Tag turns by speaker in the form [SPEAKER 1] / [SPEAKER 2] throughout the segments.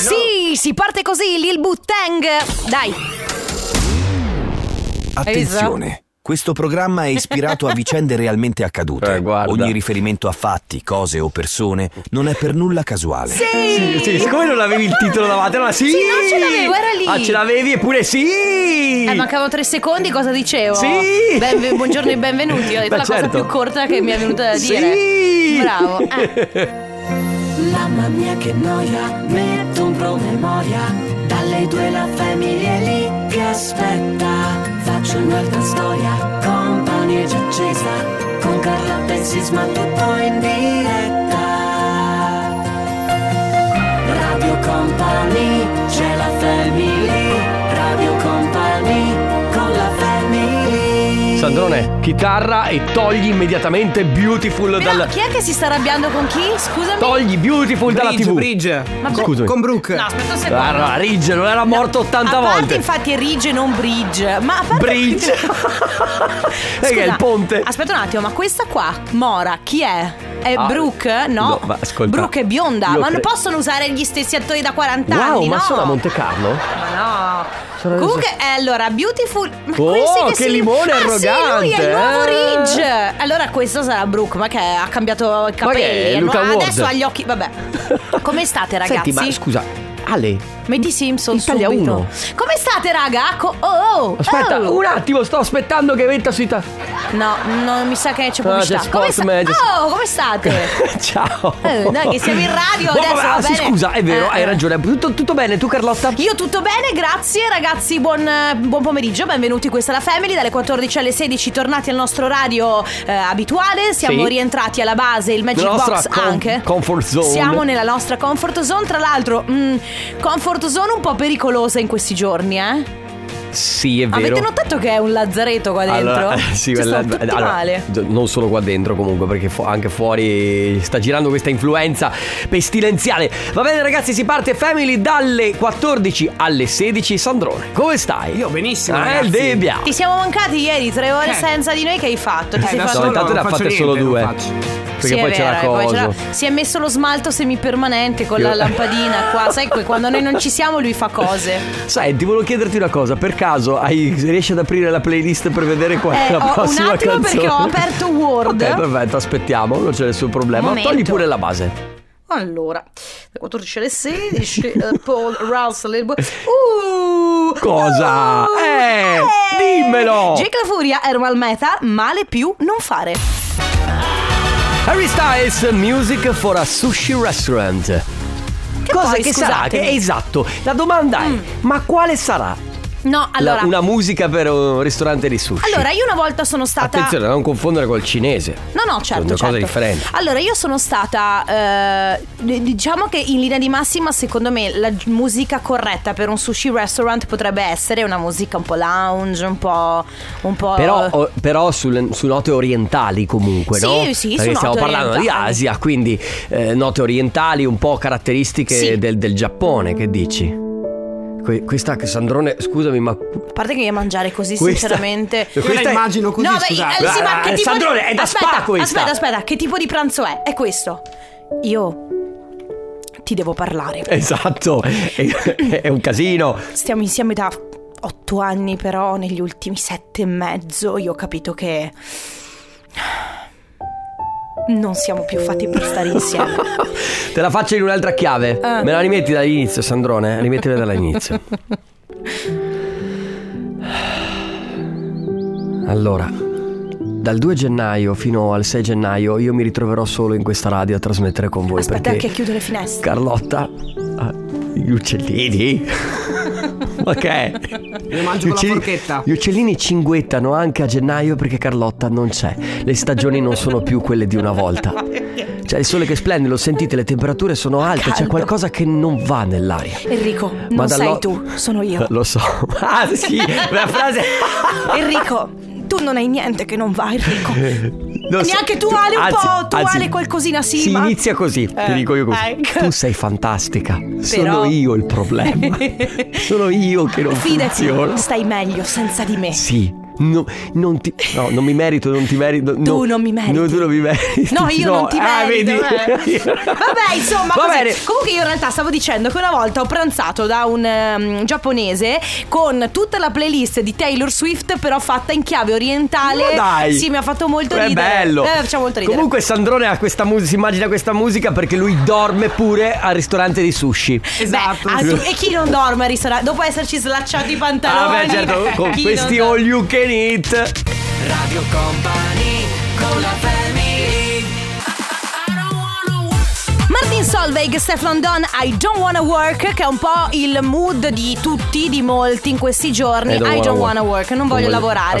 [SPEAKER 1] Si parte così Lil Buttang. Dai.
[SPEAKER 2] Attenzione. Questo programma è ispirato a vicende realmente accadute.
[SPEAKER 3] Eh, guarda.
[SPEAKER 2] Ogni riferimento a fatti, cose o persone non è per nulla casuale.
[SPEAKER 1] Sì.
[SPEAKER 3] Sì, sì, siccome non avevi il titolo davanti, allora sì!
[SPEAKER 1] Sì, no, ce l'avevo, era lì.
[SPEAKER 3] Ah, ce l'avevi eppure sì!
[SPEAKER 1] Eh, mancavano tre secondi, cosa dicevo?
[SPEAKER 3] Sì.
[SPEAKER 1] Benve- buongiorno e benvenuti. Ho detto
[SPEAKER 3] Ma
[SPEAKER 1] la cosa
[SPEAKER 3] certo.
[SPEAKER 1] più corta che mi è venuta da
[SPEAKER 3] Sì.
[SPEAKER 1] dire. Bravo. Eh,
[SPEAKER 4] Mamma mia che noia, metto un promemoria Dalle due la famiglia è lì che aspetta Faccio un'altra storia, compagnia già accesa Con Carlotta e Sisma tutto in diretta Radio Company, c'è la family Radio Company, con la family
[SPEAKER 3] Sandrone, chitarra e togli immediatamente Beautiful
[SPEAKER 1] però
[SPEAKER 3] dal...
[SPEAKER 1] chi è che si sta arrabbiando con chi? Scusami.
[SPEAKER 3] Togli Beautiful dalla
[SPEAKER 5] Bridge,
[SPEAKER 3] TV!
[SPEAKER 5] Bridge.
[SPEAKER 1] Ma-
[SPEAKER 3] Scusami.
[SPEAKER 5] Con Brooke.
[SPEAKER 1] No, aspetta un secondo.
[SPEAKER 3] Guarda, Ridge non era morto 80
[SPEAKER 1] a parte
[SPEAKER 3] volte.
[SPEAKER 1] infatti è Ridge non Bridge Ma a parte
[SPEAKER 3] Bridge.
[SPEAKER 1] Scusa,
[SPEAKER 3] Sai che è il ponte.
[SPEAKER 1] Aspetta un attimo Ma questa qua Mora chi è? È
[SPEAKER 3] Ah,
[SPEAKER 1] Brooke? No,
[SPEAKER 3] no, ma ascolta,
[SPEAKER 1] Brooke è bionda
[SPEAKER 3] io
[SPEAKER 1] Ma non
[SPEAKER 3] cre-
[SPEAKER 1] possono usare gli stessi attori da 40
[SPEAKER 3] Wow,
[SPEAKER 1] anni
[SPEAKER 3] ma
[SPEAKER 1] no. Eh,
[SPEAKER 3] sono a Monte Carlo?
[SPEAKER 1] Ma no
[SPEAKER 3] Sono-
[SPEAKER 1] Comunque, eh, allora, Beautiful. Ma
[SPEAKER 3] Oh,
[SPEAKER 1] lui sì
[SPEAKER 3] che
[SPEAKER 1] si-
[SPEAKER 3] limone
[SPEAKER 1] ah, Sì, lui è il nuovo
[SPEAKER 3] arrogante, eh.
[SPEAKER 1] Ridge. Allora, questo sarà Brooke, ma che ha cambiato i
[SPEAKER 3] Ma che è,
[SPEAKER 1] capelli. è
[SPEAKER 3] Luca
[SPEAKER 1] nu-
[SPEAKER 3] Ward?
[SPEAKER 1] adesso ha gli occhi. Vabbè. Come state, ragazzi?
[SPEAKER 3] Senti, ma scusa, Ale,
[SPEAKER 1] Metti Simpson
[SPEAKER 3] Italia
[SPEAKER 1] subito.
[SPEAKER 3] uno.
[SPEAKER 1] Come state, raga? Co- oh, oh,
[SPEAKER 3] aspetta
[SPEAKER 1] oh.
[SPEAKER 3] un attimo, sto aspettando che metta sui ta-
[SPEAKER 1] No, no, mi sa che c'è pubblicità.
[SPEAKER 3] Ah, c'è
[SPEAKER 1] come
[SPEAKER 3] Sport Magic.
[SPEAKER 1] Oh, come state?
[SPEAKER 3] Ciao.
[SPEAKER 1] Eh, dai, che siamo in radio
[SPEAKER 3] Oh,
[SPEAKER 1] adesso,
[SPEAKER 3] vabbè,
[SPEAKER 1] va
[SPEAKER 3] ah, sì,
[SPEAKER 1] bene.
[SPEAKER 3] scusa, è vero,
[SPEAKER 1] Eh,
[SPEAKER 3] hai
[SPEAKER 1] eh.
[SPEAKER 3] ragione. Tutto, tutto bene, tu Carlotta?
[SPEAKER 1] Io tutto bene, grazie ragazzi, buon, buon pomeriggio, benvenuti questa è la Family, dalle 14 alle 16 tornati al nostro orario eh, abituale, siamo
[SPEAKER 3] Sì.
[SPEAKER 1] rientrati alla base, il Magic
[SPEAKER 3] Nella
[SPEAKER 1] Box
[SPEAKER 3] nostra com-
[SPEAKER 1] anche.
[SPEAKER 3] comfort zone.
[SPEAKER 1] Siamo nella nostra comfort zone, tra l'altro mm, comfort zone un po' pericolosa in questi giorni, eh?
[SPEAKER 3] Sì, è
[SPEAKER 1] Avete notato che è un lazzaretto qua dentro?
[SPEAKER 3] Allora, eh,
[SPEAKER 1] Ci
[SPEAKER 3] sì, quella-
[SPEAKER 1] stanno tutti
[SPEAKER 3] allora,
[SPEAKER 1] male.
[SPEAKER 3] d- non solo qua dentro comunque perché fu- anche fuori sta girando questa influenza pestilenziale va bene ragazzi si parte family dalle 14 alle 16 Sandrone come stai?
[SPEAKER 5] Io benissimo,
[SPEAKER 3] eh,
[SPEAKER 5] ragazzi.
[SPEAKER 3] il debbia
[SPEAKER 1] Ti siamo mancati ieri, tre ore
[SPEAKER 5] Eh.
[SPEAKER 1] senza di noi che hai fatto? Ti
[SPEAKER 5] Eh,
[SPEAKER 1] sei
[SPEAKER 5] da
[SPEAKER 1] fatto-
[SPEAKER 3] No,
[SPEAKER 5] solo
[SPEAKER 3] intanto
[SPEAKER 5] non
[SPEAKER 3] ne ha
[SPEAKER 5] faccio
[SPEAKER 3] fatte solo
[SPEAKER 5] niente, non
[SPEAKER 3] due.
[SPEAKER 5] faccio.
[SPEAKER 3] perché
[SPEAKER 1] Sì,
[SPEAKER 3] poi
[SPEAKER 1] è
[SPEAKER 3] c'è la
[SPEAKER 1] vero, poi c'è
[SPEAKER 3] cosa
[SPEAKER 1] la- Si è messo lo smalto semipermanente con la
[SPEAKER 3] Io-
[SPEAKER 1] lampadina qua. Sai, que- quando noi non ci siamo, lui fa cose.
[SPEAKER 3] Senti, volevo chiederti una cosa, per caso hai- riesci ad aprire la playlist per vedere qual è
[SPEAKER 1] Eh,
[SPEAKER 3] la
[SPEAKER 1] ho- un
[SPEAKER 3] prossima
[SPEAKER 1] attimo
[SPEAKER 3] canzone?
[SPEAKER 1] perché ho aperto Word.
[SPEAKER 3] Ok, perfetto, aspettiamo, non c'è nessun problema.
[SPEAKER 1] Momento.
[SPEAKER 3] Togli pure la base.
[SPEAKER 1] Allora, 14 alle 16, eh, Paul Russell. Uh,
[SPEAKER 3] Cosa?
[SPEAKER 1] uh,
[SPEAKER 3] Eh, dimmelo!
[SPEAKER 1] Jake La Furia, Ermal Meta, male più non fare.
[SPEAKER 3] Harry Styles, music for a sushi restaurant. Cosa
[SPEAKER 1] poi,
[SPEAKER 3] che sarà?
[SPEAKER 1] scusatemi.
[SPEAKER 3] Che- esatto, la domanda è, ma quale sarà
[SPEAKER 1] No,
[SPEAKER 3] la-
[SPEAKER 1] allora.
[SPEAKER 3] una musica per un ristorante di sushi?
[SPEAKER 1] Allora, io una volta sono stata.
[SPEAKER 3] Attenzione, da non confondere col cinese.
[SPEAKER 1] No, no, certo.
[SPEAKER 3] Sono due cose
[SPEAKER 1] certo.
[SPEAKER 3] differenti.
[SPEAKER 1] Allora, io sono stata. eh, d- diciamo che in linea di massima, secondo me, la gi- musica corretta per un sushi restaurant potrebbe essere una musica un po' lounge, un po'. Un po'
[SPEAKER 3] Però, o- però sul- su note orientali comunque,
[SPEAKER 1] Sì,
[SPEAKER 3] no?
[SPEAKER 1] sì, su
[SPEAKER 3] Perché stiamo
[SPEAKER 1] note
[SPEAKER 3] parlando
[SPEAKER 1] orientali.
[SPEAKER 3] di Asia, quindi eh, note orientali un po' caratteristiche
[SPEAKER 1] Sì.
[SPEAKER 3] del, del Giappone, che dici? Que- questa Sandrone, scusami, ma
[SPEAKER 1] A parte che mangiare così,
[SPEAKER 3] Questa-
[SPEAKER 1] sinceramente.
[SPEAKER 5] Io la
[SPEAKER 3] Cioè, Questa è-
[SPEAKER 5] immagino così,
[SPEAKER 1] no, beh,
[SPEAKER 5] scusate.
[SPEAKER 1] eh, sì, ma che
[SPEAKER 3] Eh,
[SPEAKER 1] tipo
[SPEAKER 3] Sandrone,
[SPEAKER 1] di...
[SPEAKER 3] è da
[SPEAKER 1] aspetta,
[SPEAKER 3] spa questa.
[SPEAKER 1] Aspetta, aspetta, che tipo di pranzo è? È questo. Io ti devo parlare.
[SPEAKER 3] Esatto, è, è un casino.
[SPEAKER 1] Stiamo insieme da otto anni, però negli ultimi sette e mezzo io ho capito che non siamo più fatti per stare insieme.
[SPEAKER 3] Te la faccio in un'altra chiave.
[SPEAKER 1] Ah.
[SPEAKER 3] Me la rimetti dall'inizio, Sandrone? eh? Rimettila dall'inizio. Allora, dal 2 gennaio fino al 6 gennaio io mi ritroverò solo in questa radio a trasmettere con voi.
[SPEAKER 1] Aspetta
[SPEAKER 3] perché
[SPEAKER 1] che chiudo le finestre.
[SPEAKER 3] Carlotta ha gli uccellini. Ma che è?
[SPEAKER 5] Io
[SPEAKER 3] Gli
[SPEAKER 5] mangio con la
[SPEAKER 3] uccelli-
[SPEAKER 5] forchetta.
[SPEAKER 3] Gli uccellini cinguettano anche a gennaio perché Carlotta non c'è. Le stagioni non sono più quelle di una volta. C'è il sole che splende, lo sentite, le temperature sono alte, c'è
[SPEAKER 1] Caldo.
[SPEAKER 3] qualcosa che non va nell'aria.
[SPEAKER 1] Enrico, non
[SPEAKER 3] Ma dallo-
[SPEAKER 1] sei tu, sono io.
[SPEAKER 3] Lo so. Ah sì, la frase...
[SPEAKER 1] Enrico, tu non hai niente che non va, Enrico.
[SPEAKER 3] Non so.
[SPEAKER 1] Neanche tu, Ale, un po', tu,
[SPEAKER 3] anzi,
[SPEAKER 1] Ale, qualcosina, sì,
[SPEAKER 3] Si
[SPEAKER 1] ma-
[SPEAKER 3] inizia così, ti
[SPEAKER 1] Eh,
[SPEAKER 3] dico io così.
[SPEAKER 1] ecco.
[SPEAKER 3] Tu sei fantastica. Sono
[SPEAKER 1] Però-
[SPEAKER 3] io il problema. sono io che non
[SPEAKER 1] Fidati,
[SPEAKER 3] funziono.
[SPEAKER 1] stai meglio senza di me.
[SPEAKER 3] Sì, No, non ti. No, non mi merito, non ti merito. no.
[SPEAKER 1] Tu non mi meriti.
[SPEAKER 3] No, tu non mi meriti.
[SPEAKER 1] No, io non ti
[SPEAKER 3] Ah,
[SPEAKER 1] merito.
[SPEAKER 3] vedi?
[SPEAKER 1] eh. Vabbè, insomma,
[SPEAKER 3] Va
[SPEAKER 1] così.
[SPEAKER 3] bene.
[SPEAKER 1] comunque io in realtà stavo dicendo che una volta ho pranzato da un ehm, giapponese con tutta la playlist di Taylor Swift, però fatta in chiave orientale.
[SPEAKER 3] Ma dai.
[SPEAKER 1] Sì, mi ha fatto molto
[SPEAKER 3] È
[SPEAKER 1] ridere.
[SPEAKER 3] bello.
[SPEAKER 1] Eh, faceva molto ridere.
[SPEAKER 3] Comunque Sandrone ha questa musica, si immagina questa musica perché lui dorme pure al ristorante di sushi.
[SPEAKER 1] Beh, ah, tu- e chi non dorme al ristorante? Dopo esserci slacciati i
[SPEAKER 3] esatto. Ah,
[SPEAKER 1] pantaloni.
[SPEAKER 3] beh, certo, con
[SPEAKER 1] chi non
[SPEAKER 3] questi
[SPEAKER 1] dorme?
[SPEAKER 3] all you can eat.
[SPEAKER 1] Martin Solveig, Stefan Don, I Don't Wanna Work, che è un po' il mood di tutti, di molti in questi giorni.
[SPEAKER 3] Eh, don't
[SPEAKER 1] I
[SPEAKER 3] wanna
[SPEAKER 1] Don't
[SPEAKER 3] work.
[SPEAKER 1] Wanna Work, non voglio
[SPEAKER 3] voglio-
[SPEAKER 1] lavorare,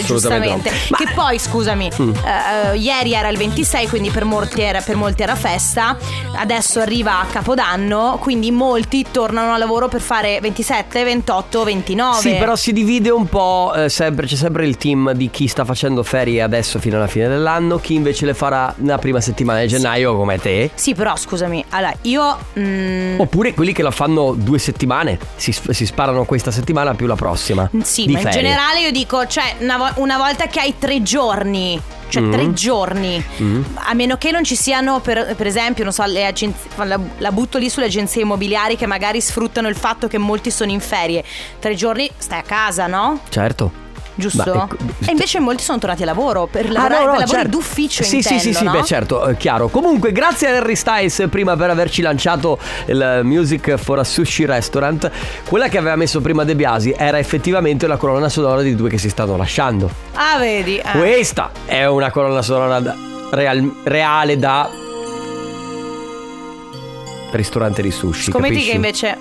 [SPEAKER 1] giustamente.
[SPEAKER 3] assolutamente no.
[SPEAKER 1] Che
[SPEAKER 3] Ma- Mm.
[SPEAKER 1] poi, scusami, eh, eh, ieri era il 26, quindi per molti era, per molti era festa, adesso arriva a Capodanno, quindi molti tornano al lavoro per fare 27, 28, 29.
[SPEAKER 3] Sì, però si divide un po' eh, sempre, c'è sempre il team di chi sta facendo ferie adesso fino alla fine dell'anno, chi invece le farà la prima settimana di gennaio come te.
[SPEAKER 1] Sì, però scusami, allora io... mm,
[SPEAKER 3] Oppure quelli che la fanno due settimane, si, sp- si sparano questa settimana più la prossima.
[SPEAKER 1] Sì,
[SPEAKER 3] di
[SPEAKER 1] ma in
[SPEAKER 3] ferie.
[SPEAKER 1] generale io dico, cioè, una, vo- una volta che hai tre giorni. Cioè,
[SPEAKER 3] Mm.
[SPEAKER 1] tre giorni. A meno che non ci siano, per, per esempio, non so, le agenzie. La, la butto lì sulle agenzie immobiliari che magari sfruttano il fatto che molti sono in ferie. Tre giorni stai a casa, no?
[SPEAKER 3] Certo.
[SPEAKER 1] Giusto?
[SPEAKER 3] Ma, ecco, Ah,
[SPEAKER 1] e invece molti sono tornati a lavoro per lavorare per lavori d'ufficio
[SPEAKER 3] certo. Sì,
[SPEAKER 1] intendo,
[SPEAKER 3] sì, sì, sì,
[SPEAKER 1] no?
[SPEAKER 3] beh, certo, eh, chiaro. Comunque, grazie a Harry Styles eh, prima per averci lanciato il Music for a Sushi Restaurant. Quella che aveva messo prima De Biasi era effettivamente la colonna sonora di due che si stanno lasciando.
[SPEAKER 1] Ah, vedi. eh.
[SPEAKER 3] Questa è una colonna sonora da- real- reale da ristorante di sushi.
[SPEAKER 1] Scommetti
[SPEAKER 3] capisci?
[SPEAKER 1] che invece.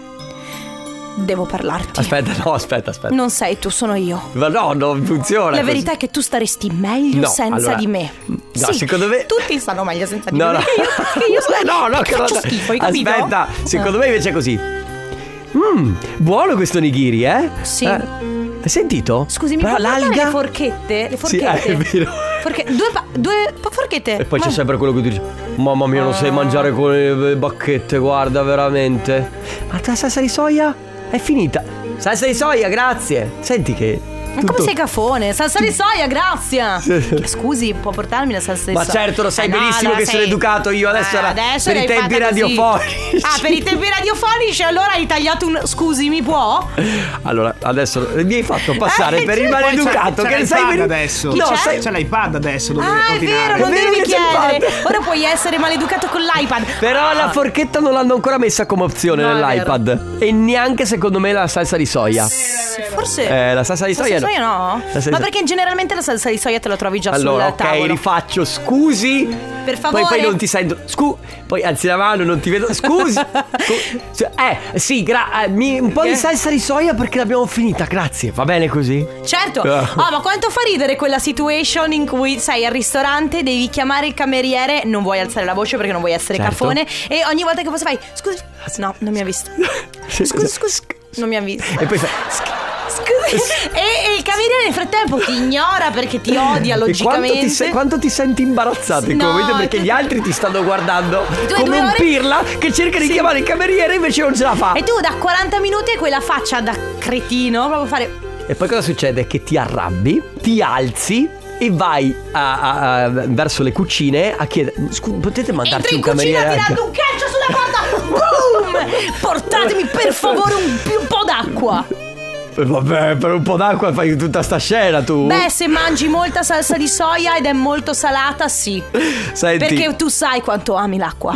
[SPEAKER 1] Devo parlarti.
[SPEAKER 3] Aspetta, no, aspetta, aspetta.
[SPEAKER 1] Non sei tu, sono io.
[SPEAKER 3] Ma no, non funziona.
[SPEAKER 1] La
[SPEAKER 3] così.
[SPEAKER 1] verità è che tu staresti meglio
[SPEAKER 3] No,
[SPEAKER 1] senza
[SPEAKER 3] allora-
[SPEAKER 1] di me.
[SPEAKER 3] No, secondo me-
[SPEAKER 1] Tutti stanno meglio senza di
[SPEAKER 3] No,
[SPEAKER 1] me.
[SPEAKER 3] no.
[SPEAKER 1] Perché io, perché io sono-
[SPEAKER 3] no, no, che
[SPEAKER 1] faccio
[SPEAKER 3] roba-
[SPEAKER 1] schifo, hai capito? Eh.
[SPEAKER 3] Aspetta, secondo me invece è così. Mmm, buono questo nigiri, eh?
[SPEAKER 1] Sì.
[SPEAKER 3] Eh, hai sentito?
[SPEAKER 1] Scusami,
[SPEAKER 3] Però
[SPEAKER 1] puoi portare
[SPEAKER 3] l'alga
[SPEAKER 1] le forchette? Le
[SPEAKER 3] Sì, eh,
[SPEAKER 1] forchette.
[SPEAKER 3] è vero.
[SPEAKER 1] Forche- due, pa- due pa- forchette.
[SPEAKER 3] E poi
[SPEAKER 1] Ma- Ah.
[SPEAKER 3] c'è sempre quello che tu dici Mamma mia, non sai mangiare con le bacchette, guarda, veramente Ma la salsa di soia è finita Salsa di soia, grazie Senti che
[SPEAKER 1] Ma come sei cafone? Salsa di soia, grazie. Scusi, può portarmi la salsa di
[SPEAKER 3] Ma
[SPEAKER 1] soia?
[SPEAKER 3] certo, lo sai
[SPEAKER 1] Ah, no,
[SPEAKER 3] benissimo
[SPEAKER 1] la
[SPEAKER 3] che sono
[SPEAKER 1] sei- Eh,
[SPEAKER 3] educato io, adesso era-
[SPEAKER 1] adesso
[SPEAKER 3] per i
[SPEAKER 1] l'hai
[SPEAKER 3] tempi
[SPEAKER 1] fatta così.
[SPEAKER 3] radiofonici.
[SPEAKER 1] Ah, per i tempi radiofonici, allora hai tagliato un. Scusi, mi può?
[SPEAKER 3] Eh,
[SPEAKER 1] Ah,
[SPEAKER 3] Allora, adesso mi hai fatto passare
[SPEAKER 1] Eh,
[SPEAKER 3] per
[SPEAKER 1] sì.
[SPEAKER 3] il
[SPEAKER 1] Poi c'è-
[SPEAKER 3] maleducato
[SPEAKER 5] C'è
[SPEAKER 3] che sai
[SPEAKER 5] l'iPad
[SPEAKER 3] ben-
[SPEAKER 5] adesso.
[SPEAKER 3] No,
[SPEAKER 1] c'è?
[SPEAKER 5] sai-
[SPEAKER 3] sai
[SPEAKER 5] C'è l'iPad adesso dove
[SPEAKER 1] Ah, è vero,
[SPEAKER 5] ordinare.
[SPEAKER 1] non
[SPEAKER 3] È vero
[SPEAKER 1] devi
[SPEAKER 3] che c'è il
[SPEAKER 1] chiedere.
[SPEAKER 3] pad.
[SPEAKER 1] Ora puoi essere maleducato con l'iPad.
[SPEAKER 3] Però la forchetta non l'hanno ancora messa come opzione
[SPEAKER 1] Ah. No, è
[SPEAKER 3] nell'iPad. E neanche secondo me la salsa di soia.
[SPEAKER 1] Forse.
[SPEAKER 3] Eh, la salsa di soia.
[SPEAKER 1] salsa di soia no?
[SPEAKER 3] La salsa di
[SPEAKER 1] Ma
[SPEAKER 3] so-
[SPEAKER 1] perché generalmente la salsa di soia te la trovi già
[SPEAKER 3] Allora,
[SPEAKER 1] sul
[SPEAKER 3] ok,
[SPEAKER 1] tavolo.
[SPEAKER 3] rifaccio. Scusi.
[SPEAKER 1] Per
[SPEAKER 3] Poi,
[SPEAKER 1] favore.
[SPEAKER 3] poi non ti sento. Scusi. Poi alzi la mano, non ti vedo. Scusi. Scu- cioè, eh, sì, gra- eh, mi- un po' di salsa di soia perché l'abbiamo finita. Grazie. Va bene così?
[SPEAKER 1] Certo.
[SPEAKER 3] Ah.
[SPEAKER 1] Oh, ma quanto fa ridere quella situation in cui sei al ristorante, devi chiamare il cameriere, non vuoi alzare la voce perché non vuoi essere
[SPEAKER 3] Certo.
[SPEAKER 1] cafone e ogni volta che posso fai "Scusi, no, non mi ha visto". Scusi, scusi. Non mi ha visto.
[SPEAKER 3] esatto. E poi fa-
[SPEAKER 1] Scusi. E, e il cameriere nel frattempo ti ignora perché ti odia
[SPEAKER 3] E quanto
[SPEAKER 1] logicamente.
[SPEAKER 3] ti, se- quanto ti senti imbarazzato in quel
[SPEAKER 1] No,
[SPEAKER 3] momento perché
[SPEAKER 1] tu-
[SPEAKER 3] gli altri ti stanno guardando
[SPEAKER 1] due
[SPEAKER 3] come un
[SPEAKER 1] ore-
[SPEAKER 3] pirla che cerca di chiamare il cameriere e invece non ce la fa.
[SPEAKER 1] E tu da 40 minuti hai quella faccia da cretino, proprio fare
[SPEAKER 3] E poi cosa succede? Che ti arrabbi, ti alzi e vai a- a- a- verso le cucine a chiedere: "Scu- potete
[SPEAKER 1] Entri
[SPEAKER 3] mandarci
[SPEAKER 1] in
[SPEAKER 3] un
[SPEAKER 1] cucina
[SPEAKER 3] cameriere?
[SPEAKER 1] tirando un calcio sulla porta. Boom! Portatemi per favore un, più- un po' d'acqua.
[SPEAKER 3] Eh, Vabbè, per un po' d'acqua fai tutta sta scena tu.
[SPEAKER 1] Beh, se mangi molta salsa di soia ed è molto salata, sì.
[SPEAKER 3] Senti,
[SPEAKER 1] Perché tu sai quanto ami l'acqua.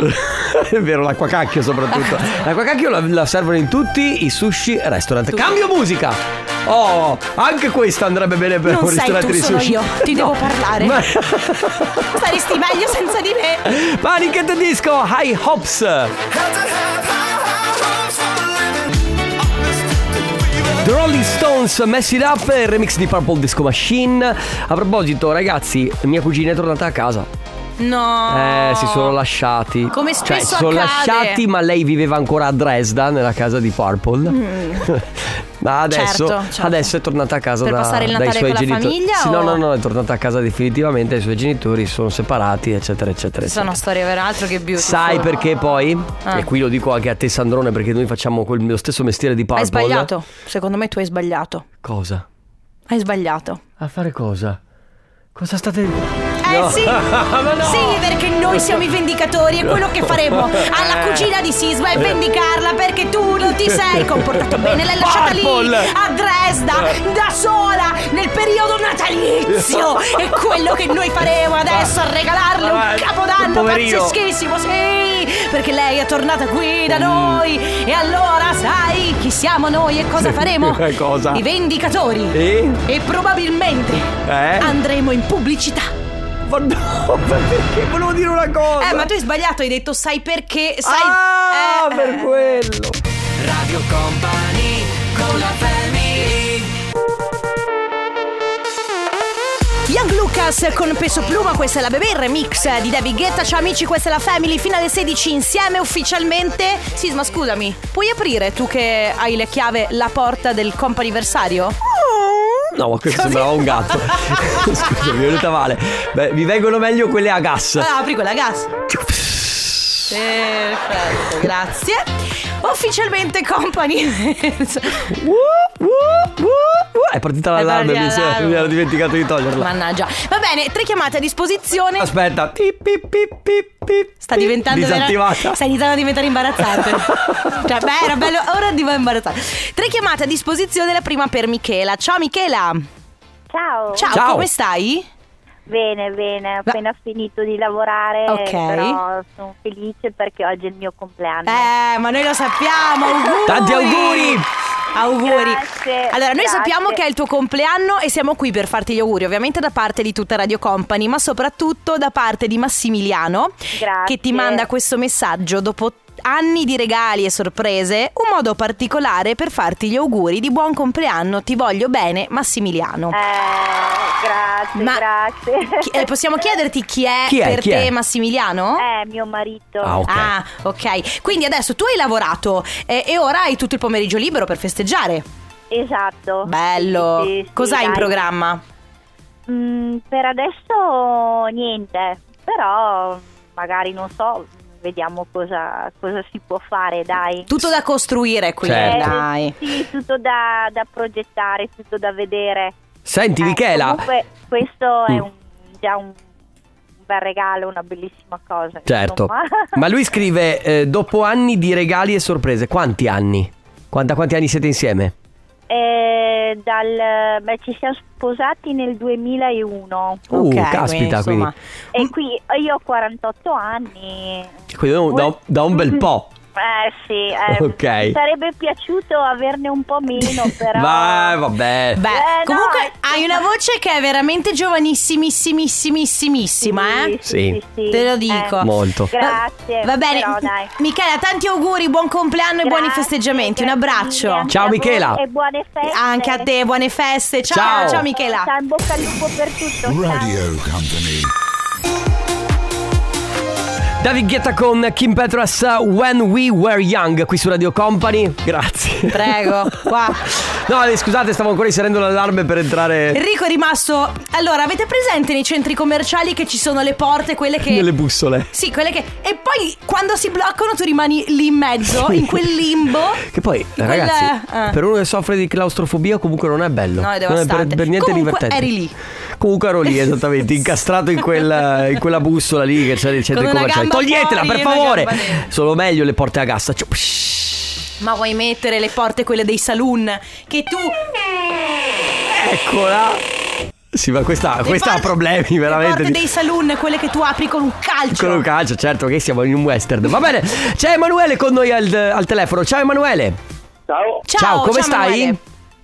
[SPEAKER 3] è vero, l'acqua cacchio soprattutto. l'acqua cacchio la, la servono in tutti i sushi e restaurant. Cambio musica! Oh, anche questa andrebbe bene per
[SPEAKER 1] Non
[SPEAKER 3] un
[SPEAKER 1] sei
[SPEAKER 3] ristorante
[SPEAKER 1] tu,
[SPEAKER 3] di
[SPEAKER 1] sono
[SPEAKER 3] sushi.
[SPEAKER 1] io. Ti devo parlare.
[SPEAKER 3] Ma-
[SPEAKER 1] Saresti meglio senza di me.
[SPEAKER 3] Panic at the Disco, High Hops. The Rolling Stones, Mess It Up, il remix di Purple Disco Machine. A proposito, ragazzi, mia cugina è tornata a casa.
[SPEAKER 1] No.
[SPEAKER 3] Eh, si sono lasciati.
[SPEAKER 1] Oh. Come
[SPEAKER 3] Cioè,
[SPEAKER 1] spesso
[SPEAKER 3] si sono
[SPEAKER 1] accade.
[SPEAKER 3] lasciati, ma lei viveva ancora a Dresda, nella casa di Purple. ma adesso,
[SPEAKER 1] Mm. Certo, certo.
[SPEAKER 3] adesso è tornata a casa
[SPEAKER 1] Per
[SPEAKER 3] da,
[SPEAKER 1] passare il
[SPEAKER 3] dai
[SPEAKER 1] Natale
[SPEAKER 3] suoi
[SPEAKER 1] con la
[SPEAKER 3] genitori.
[SPEAKER 1] famiglia
[SPEAKER 3] Sì,
[SPEAKER 1] o-
[SPEAKER 3] No, no, no, è tornata a casa definitivamente. I suoi genitori sono separati, eccetera, eccetera.
[SPEAKER 1] Sono
[SPEAKER 3] eccetera.
[SPEAKER 1] storie per altro che beauty.
[SPEAKER 3] Sai perché poi?
[SPEAKER 1] Ah.
[SPEAKER 3] E qui lo dico anche a te, Sandrone, perché noi facciamo quel- lo stesso mestiere di Purple.
[SPEAKER 1] Hai sbagliato. Secondo me tu hai sbagliato.
[SPEAKER 3] Cosa?
[SPEAKER 1] Hai sbagliato.
[SPEAKER 3] A fare cosa? Cosa state...
[SPEAKER 1] Eh
[SPEAKER 3] No.
[SPEAKER 1] sì,
[SPEAKER 3] Ma no!
[SPEAKER 1] sì, perché noi siamo i vendicatori e quello che faremo alla cugina di Sisma è vendicarla perché tu non ti sei comportato bene, l'hai lasciata lì
[SPEAKER 3] Purple.
[SPEAKER 1] a Dresda da sola nel periodo natalizio e quello che noi faremo adesso è regalarle
[SPEAKER 3] Ah,
[SPEAKER 1] un capodanno
[SPEAKER 3] poverino. Mm.
[SPEAKER 1] pazzeschissimo, sì, perché lei è tornata qui da noi e allora sai chi siamo noi e cosa faremo?
[SPEAKER 3] Eh, cosa?
[SPEAKER 1] I vendicatori
[SPEAKER 3] E?
[SPEAKER 1] e probabilmente
[SPEAKER 3] Eh?
[SPEAKER 1] andremo in pubblicità.
[SPEAKER 3] Ma no, perché volevo dire una cosa?
[SPEAKER 1] Eh, ma tu hai sbagliato, hai detto sai perché, sai...
[SPEAKER 3] Ah,
[SPEAKER 1] eh,
[SPEAKER 3] per quello!
[SPEAKER 1] Young Lucas con Peso Pluma, questa è la bebè, il remix di David Guetta. Ciao amici, questa è la Family, fino alle 16 insieme ufficialmente. Sisma, scusami, puoi aprire tu che hai le chiave la porta del comp'anniversario?
[SPEAKER 3] No, ma questo sembrava un gatto. Scusa, mi è venuta male. Beh, mi vengono meglio quelle a gas.
[SPEAKER 1] Ah, apri quella gas. Perfetto, grazie. Ufficialmente company.
[SPEAKER 3] Wuh, wuh, wuh, wuh. È partita
[SPEAKER 1] È
[SPEAKER 3] l'allarme,
[SPEAKER 1] partito
[SPEAKER 3] mi, sono-
[SPEAKER 1] l'allarme.
[SPEAKER 3] mi ero dimenticato di toglierla.
[SPEAKER 1] Mannaggia. Va bene, tre chiamate a disposizione.
[SPEAKER 3] Aspetta. Pip, pip, pip, pip, pip.
[SPEAKER 1] Sta diventando vera-
[SPEAKER 3] disattivata.
[SPEAKER 1] Sta iniziando a diventare imbarazzante. cioè, beh, era bello, ora diventa imbarazzante. Tre chiamate a disposizione, la prima per Michela. Ciao Michela.
[SPEAKER 5] Ciao.
[SPEAKER 1] Ciao,
[SPEAKER 3] Ciao.
[SPEAKER 1] come stai?
[SPEAKER 5] Bene, bene, ho appena finito di lavorare,
[SPEAKER 1] Ok.
[SPEAKER 5] però sono felice perché oggi è il mio compleanno.
[SPEAKER 1] Eh, ma noi lo sappiamo. Auguri.
[SPEAKER 3] Tanti auguri!
[SPEAKER 1] Auguri.
[SPEAKER 5] Grazie,
[SPEAKER 1] allora, noi
[SPEAKER 5] grazie.
[SPEAKER 1] sappiamo che è il tuo compleanno e siamo qui per farti gli auguri, ovviamente da parte di tutta Radio Company, ma soprattutto da parte di Massimiliano
[SPEAKER 5] Grazie.
[SPEAKER 1] che ti manda questo messaggio dopo anni di regali e sorprese, un modo particolare per farti gli auguri di buon compleanno. Ti voglio bene, Massimiliano.
[SPEAKER 5] Eh, grazie,
[SPEAKER 1] Ma-
[SPEAKER 5] grazie.
[SPEAKER 1] Chi- eh, possiamo chiederti chi è,
[SPEAKER 3] Chi è,
[SPEAKER 1] per
[SPEAKER 3] chi
[SPEAKER 1] te
[SPEAKER 3] è?
[SPEAKER 1] Massimiliano?
[SPEAKER 5] Eh, mio marito.
[SPEAKER 3] Ah, ok.
[SPEAKER 1] Ah, ok. Quindi adesso tu hai lavorato eh, e ora hai tutto il pomeriggio libero per festeggiare.
[SPEAKER 5] Esatto.
[SPEAKER 1] Bello.
[SPEAKER 5] Sì, sì, sì,
[SPEAKER 1] Cos'hai in
[SPEAKER 5] dai.
[SPEAKER 1] programma?
[SPEAKER 5] Mm, per adesso niente, però magari non so, vediamo cosa, cosa si può fare, dai. Eh,
[SPEAKER 1] Tutto da costruire qui,
[SPEAKER 3] Certo.
[SPEAKER 1] dai.
[SPEAKER 5] Sì, tutto da, da progettare, tutto da vedere.
[SPEAKER 3] Senti,
[SPEAKER 5] Eh,
[SPEAKER 1] Ecco,
[SPEAKER 3] Michela.
[SPEAKER 5] Comunque, questo
[SPEAKER 3] Mm.
[SPEAKER 5] è un- già un bel regalo, una bellissima cosa.
[SPEAKER 3] Certo.
[SPEAKER 5] insomma.
[SPEAKER 3] Ma lui scrive, eh, dopo anni di regali e sorprese, quanti anni? Quanta, quanti anni siete insieme?
[SPEAKER 5] Eh, dal, beh, ci siamo sposati nel 2001
[SPEAKER 3] Uh,
[SPEAKER 1] Ok,
[SPEAKER 3] caspita, eh.
[SPEAKER 1] quindi, insomma.
[SPEAKER 5] e qui io ho 48 anni.
[SPEAKER 3] Quindi da un- da un- da un bel po'.
[SPEAKER 5] Eh sì, eh,
[SPEAKER 3] Ok.
[SPEAKER 5] mi sarebbe piaciuto averne un po' meno, però.
[SPEAKER 3] Vai, vabbè.
[SPEAKER 1] Beh,
[SPEAKER 5] Eh,
[SPEAKER 1] comunque
[SPEAKER 5] no,
[SPEAKER 1] hai una voce che è veramente giovanissimissimissimissimissima, eh?
[SPEAKER 3] Sì.
[SPEAKER 1] Te lo dico.
[SPEAKER 3] Molto.
[SPEAKER 5] Grazie.
[SPEAKER 1] Va bene.
[SPEAKER 5] però dai.
[SPEAKER 1] Michela, tanti auguri, buon compleanno e buoni
[SPEAKER 5] Grazie,
[SPEAKER 1] festeggiamenti. Un
[SPEAKER 5] grazie mille
[SPEAKER 1] abbraccio.
[SPEAKER 5] anche
[SPEAKER 3] Ciao,
[SPEAKER 5] a voi
[SPEAKER 3] Michela.
[SPEAKER 5] E buone feste.
[SPEAKER 1] Anche a te, buone feste. Ciao, ciao,
[SPEAKER 3] Ciao.
[SPEAKER 1] Michela.
[SPEAKER 5] Ciao, in bocca al lupo per tutto. ciao.
[SPEAKER 3] David Guetta con Kim Petras When We Were Young qui su Radio Company. Grazie.
[SPEAKER 1] Prego, qua.
[SPEAKER 3] No, eh, scusate, stavo ancora inserendo l'allarme per entrare
[SPEAKER 1] Enrico è rimasto. Allora, avete presente nei centri commerciali che ci sono le porte, quelle che.
[SPEAKER 3] nelle bussole.
[SPEAKER 1] Sì, quelle che. E poi quando si bloccano, tu rimani lì in mezzo, in quel limbo.
[SPEAKER 3] Che poi,
[SPEAKER 1] In quel-
[SPEAKER 3] ragazzi,
[SPEAKER 1] eh.
[SPEAKER 3] per uno che soffre di claustrofobia comunque non è bello.
[SPEAKER 1] No, è
[SPEAKER 3] non è per,
[SPEAKER 1] devastante.
[SPEAKER 3] per niente
[SPEAKER 1] Comunque
[SPEAKER 3] divertente.
[SPEAKER 1] eri lì.
[SPEAKER 3] Comunque ero lì, esattamente, incastrato in, quella- in quella bussola lì che c'è nel centro
[SPEAKER 1] Con una
[SPEAKER 3] commerciale.
[SPEAKER 1] gamba
[SPEAKER 3] Toglietela,
[SPEAKER 1] fuori
[SPEAKER 3] per
[SPEAKER 1] e una
[SPEAKER 3] favore.
[SPEAKER 1] gamba dentro.
[SPEAKER 3] Sono meglio le porte a gas. Ciao. Psh,
[SPEAKER 1] Ma vuoi mettere le porte, quelle dei saloon? Che tu.
[SPEAKER 3] Eccola. Sì, ma questa,
[SPEAKER 1] le
[SPEAKER 3] questa ha
[SPEAKER 1] porte-
[SPEAKER 3] problemi
[SPEAKER 1] Le
[SPEAKER 3] veramente.
[SPEAKER 1] porte
[SPEAKER 3] di-
[SPEAKER 1] dei saloon, quelle che tu apri con un calcio.
[SPEAKER 3] Con un calcio, certo che siamo in un western. Va bene, c'è Emanuele con noi al, al telefono. Ciao Emanuele.
[SPEAKER 6] Ciao.
[SPEAKER 1] Ciao,
[SPEAKER 3] come
[SPEAKER 1] ciao,
[SPEAKER 3] stai?
[SPEAKER 1] Emanuele.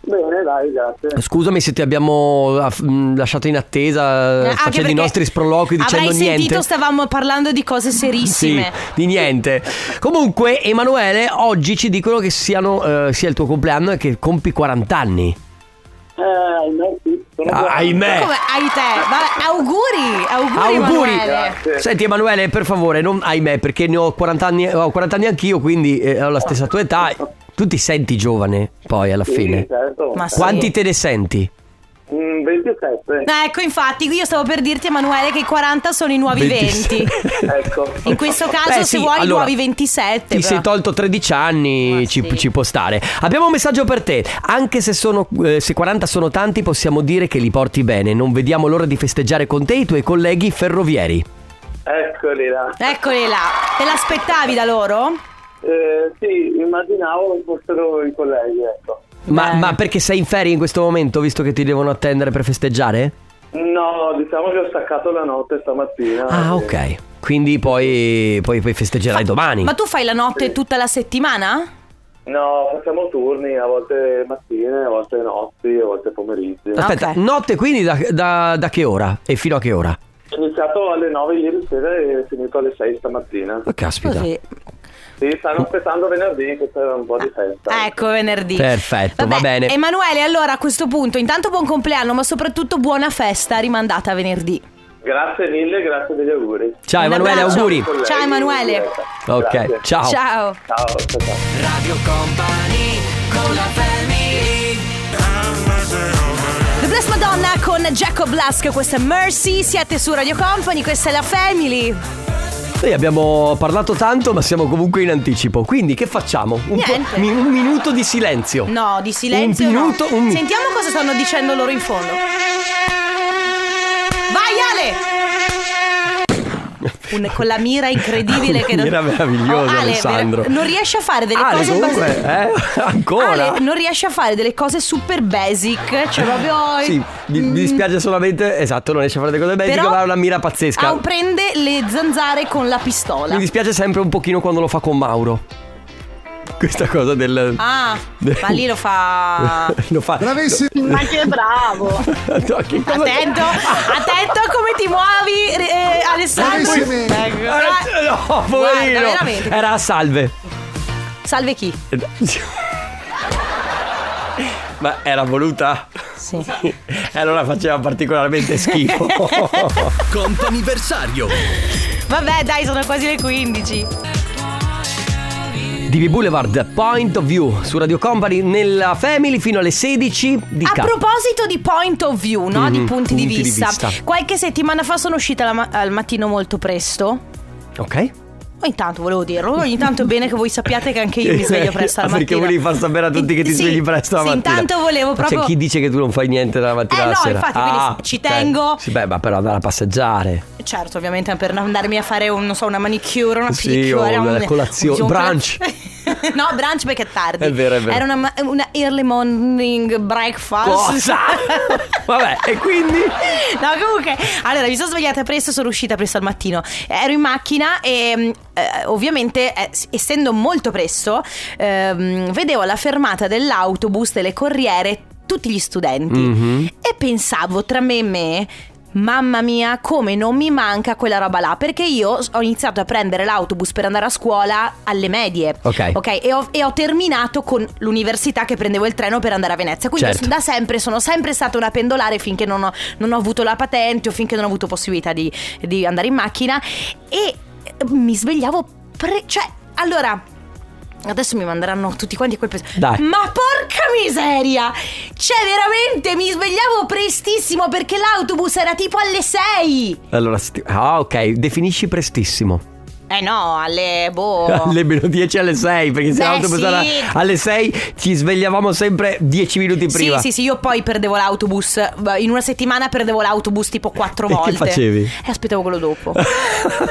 [SPEAKER 6] Bene, dai, grazie.
[SPEAKER 3] Scusami se ti abbiamo ah, f- mh, lasciato in attesa
[SPEAKER 1] Eh,
[SPEAKER 3] eh,
[SPEAKER 1] anche
[SPEAKER 3] facendo
[SPEAKER 1] perché
[SPEAKER 3] i nostri sproloqui dicendo
[SPEAKER 1] avrai
[SPEAKER 3] niente.
[SPEAKER 1] sentito, stavamo parlando di cose
[SPEAKER 3] sì,
[SPEAKER 1] serissime.
[SPEAKER 3] di niente. Comunque, Emanuele, oggi ci dicono che siano, eh, sia il tuo compleanno e che compi 40 anni.
[SPEAKER 6] Eh, ahimè, sì, sono
[SPEAKER 3] Ah,
[SPEAKER 6] buono.
[SPEAKER 3] ahimè.
[SPEAKER 1] Come hai te? Vabbè, auguri, auguri,
[SPEAKER 3] Auguri.
[SPEAKER 1] Emanuele.
[SPEAKER 6] Grazie.
[SPEAKER 3] Senti Emanuele, per favore, non ahimè, perché ne ho 40 anni, ho 40 anni anch'io, quindi eh, ho la stessa tua età. Tu ti senti giovane poi alla
[SPEAKER 6] Sì,
[SPEAKER 3] fine.
[SPEAKER 6] certo.
[SPEAKER 1] Ma sì.
[SPEAKER 3] Quanti te ne senti?
[SPEAKER 6] Mm, 27.
[SPEAKER 1] Ecco, infatti, io stavo per dirti, Emanuele, che i 40 sono i nuovi
[SPEAKER 3] 27.
[SPEAKER 1] 20.
[SPEAKER 6] Ecco.
[SPEAKER 1] In questo caso,
[SPEAKER 3] Beh,
[SPEAKER 1] se
[SPEAKER 3] sì,
[SPEAKER 1] vuoi, i
[SPEAKER 3] allora,
[SPEAKER 1] nuovi 27.
[SPEAKER 3] Ti
[SPEAKER 1] però.
[SPEAKER 3] sei tolto 13
[SPEAKER 1] Ma
[SPEAKER 3] anni, ci,
[SPEAKER 1] sì.
[SPEAKER 3] ci può stare. Abbiamo un messaggio per te. Anche se, sono, eh, se 40 sono tanti, possiamo dire che li porti bene. Non vediamo l'ora di festeggiare con te i tuoi colleghi ferrovieri.
[SPEAKER 6] Eccoli là.
[SPEAKER 1] Eccoli là. Te l'aspettavi da loro?
[SPEAKER 6] Eh, sì, immaginavo che fossero i colleghi, ecco.
[SPEAKER 3] Ma,
[SPEAKER 1] Beh.
[SPEAKER 3] ma perché sei in ferie in questo momento, visto che ti devono attendere per festeggiare?
[SPEAKER 6] No, diciamo che ho staccato la notte stamattina.
[SPEAKER 3] Ah, ok. Quindi poi, poi, poi festeggerai domani.
[SPEAKER 1] Ma tu fai la notte
[SPEAKER 6] Sì.
[SPEAKER 1] tutta la settimana?
[SPEAKER 6] No, facciamo turni, a volte mattine, a volte notti, a volte pomeriggi.
[SPEAKER 1] Ah.
[SPEAKER 3] Aspetta,
[SPEAKER 1] ok.
[SPEAKER 3] notte quindi da, da- da che ora? E fino a che ora?
[SPEAKER 6] Ho iniziato alle 9 ieri sera e ho finito alle 6 stamattina.
[SPEAKER 3] Oh, caspita.
[SPEAKER 1] Così.
[SPEAKER 6] Sì, stanno aspettando venerdì che c'è un po' di festa.
[SPEAKER 1] Ecco, venerdì.
[SPEAKER 3] Perfetto, va
[SPEAKER 1] Vabbè,
[SPEAKER 3] bene.
[SPEAKER 1] Emanuele, allora a questo punto, intanto buon compleanno, ma soprattutto buona festa rimandata a venerdì.
[SPEAKER 6] Grazie mille, grazie degli auguri.
[SPEAKER 3] Ciao
[SPEAKER 1] Un
[SPEAKER 3] Emanuele,
[SPEAKER 1] abbraccio.
[SPEAKER 3] auguri.
[SPEAKER 6] Colleghi,
[SPEAKER 1] Ciao, Emanuele.
[SPEAKER 3] Ok,
[SPEAKER 6] Grazie.
[SPEAKER 3] ciao.
[SPEAKER 1] Ciao.
[SPEAKER 6] Ciao, ciao, ciao.
[SPEAKER 1] The Blessed Madonna con Jacob Blask, questa è Mercy, siete su Radio Company, questa è la Family.
[SPEAKER 3] Noi abbiamo parlato tanto, ma siamo comunque in anticipo. Quindi che facciamo? Un,
[SPEAKER 1] Niente.
[SPEAKER 3] mi- un minuto di silenzio.
[SPEAKER 1] No, di silenzio.
[SPEAKER 3] Un
[SPEAKER 1] no.
[SPEAKER 3] minuto, un minuto.
[SPEAKER 1] Sentiamo cosa stanno dicendo loro in fondo. Vai Ale! Un- con la mira incredibile che non... Oh,
[SPEAKER 3] Mira meravigliosa,
[SPEAKER 1] Ale,
[SPEAKER 3] Alessandro.
[SPEAKER 1] vera- non riesce a fare delle
[SPEAKER 3] Ale,
[SPEAKER 1] cose
[SPEAKER 3] comunque,
[SPEAKER 1] basi-
[SPEAKER 3] eh, ancora.
[SPEAKER 1] Ale non riesce a fare delle cose super basic, cioè proprio
[SPEAKER 3] Sì, mi, mi dispiace solamente, esatto, non riesce a fare delle cose belle,
[SPEAKER 1] Mm. Però
[SPEAKER 3] ma ha una mira pazzesca.
[SPEAKER 1] Ah, prende le zanzare con la pistola.
[SPEAKER 3] Mi dispiace sempre un pochino quando lo fa con Mauro. Questa cosa del...
[SPEAKER 1] Ah, ma lì lo fa
[SPEAKER 3] lo fa...
[SPEAKER 5] Ma che bravo!
[SPEAKER 3] No, che cosa-
[SPEAKER 1] Attento, attento a come ti muovi, eh, Alessandro. Ecco.
[SPEAKER 3] Eh,
[SPEAKER 1] Ah,
[SPEAKER 3] No,
[SPEAKER 1] Guarda,
[SPEAKER 3] poverino.
[SPEAKER 1] veramente.
[SPEAKER 3] Era a salve.
[SPEAKER 1] Salve chi?
[SPEAKER 3] Ma era voluta?
[SPEAKER 1] Sì.
[SPEAKER 3] E allora faceva particolarmente schifo.
[SPEAKER 2] Comp'anniversario!
[SPEAKER 1] Vabbè, dai, sono quasi le 15.
[SPEAKER 3] DB Boulevard, Point of View su Radio Company nella Family fino alle 16 di
[SPEAKER 1] A
[SPEAKER 3] Cap.
[SPEAKER 1] proposito di point of view, no? di
[SPEAKER 3] Mhm,
[SPEAKER 1] punti, di,
[SPEAKER 3] punti di
[SPEAKER 1] vista,
[SPEAKER 3] vista.
[SPEAKER 1] Qualche settimana fa sono uscita la ma- al mattino molto presto.
[SPEAKER 3] Ok.
[SPEAKER 1] Ogni tanto volevo dirlo, ogni tanto è bene che voi sappiate che anche io mi sveglio presto
[SPEAKER 3] Ah,
[SPEAKER 1] al mattino.
[SPEAKER 3] Perché volevi far sapere a tutti che ti
[SPEAKER 1] Sì,
[SPEAKER 3] svegli presto la
[SPEAKER 1] sì,
[SPEAKER 3] mattina.
[SPEAKER 1] intanto volevo proprio...
[SPEAKER 3] C'è chi dice che tu non fai niente dalla mattina
[SPEAKER 1] Eh,
[SPEAKER 3] alla
[SPEAKER 1] no,
[SPEAKER 3] sera.
[SPEAKER 1] infatti, quindi
[SPEAKER 3] Ah,
[SPEAKER 1] ci
[SPEAKER 3] ok.
[SPEAKER 1] tengo.
[SPEAKER 3] Sì, beh, ma per andare a passeggiare.
[SPEAKER 1] Certo, ovviamente per andarmi a fare un, non so, una manicure, una
[SPEAKER 3] Sì,
[SPEAKER 1] pedicure,
[SPEAKER 3] o una
[SPEAKER 1] un-
[SPEAKER 3] colazione,
[SPEAKER 1] un-
[SPEAKER 3] brunch.
[SPEAKER 1] no, brunch perché è tardi.
[SPEAKER 3] È vero, è vero.
[SPEAKER 1] Era una, ma- una early morning breakfast.
[SPEAKER 3] Cosa? Vabbè, e quindi?
[SPEAKER 1] No, comunque, allora mi sono svegliata presto, sono uscita presto al mattino. Ero in macchina e mm, eh, ovviamente, eh, s- essendo molto presto, ehm, vedevo alla fermata dell'autobus, delle corriere, tutti gli studenti.
[SPEAKER 3] Mhm.
[SPEAKER 1] E pensavo tra me e me. Mamma mia, come non mi manca quella roba là, perché io s- ho iniziato a prendere l'autobus per andare a scuola alle medie.
[SPEAKER 3] Ok.
[SPEAKER 1] Ok, e ho, e ho terminato con l'università che prendevo il treno per andare a Venezia. Quindi
[SPEAKER 3] Certo.
[SPEAKER 1] io da sempre sono sempre stata una pendolare finché non ho, non ho avuto la patente o finché non ho avuto possibilità di, di andare in macchina. E eh, mi svegliavo pre- cioè, allora. Adesso mi manderanno tutti quanti quel peso.
[SPEAKER 3] Dai.
[SPEAKER 1] Ma porca miseria! Cioè, veramente mi svegliavo prestissimo perché l'autobus era tipo alle 6.
[SPEAKER 3] Allora, sti- ah, ok, definisci prestissimo.
[SPEAKER 1] Eh no, alle boh.
[SPEAKER 3] Alle meno 10 alle 6, perché se
[SPEAKER 1] Beh,
[SPEAKER 3] l'autobus
[SPEAKER 1] sì.
[SPEAKER 3] era alle 6 ci svegliavamo sempre 10 minuti prima.
[SPEAKER 1] Sì, sì, sì, io poi perdevo l'autobus. eh, In una settimana perdevo l'autobus tipo quattro
[SPEAKER 3] E che
[SPEAKER 1] volte.
[SPEAKER 3] facevi?
[SPEAKER 1] E aspettavo quello dopo.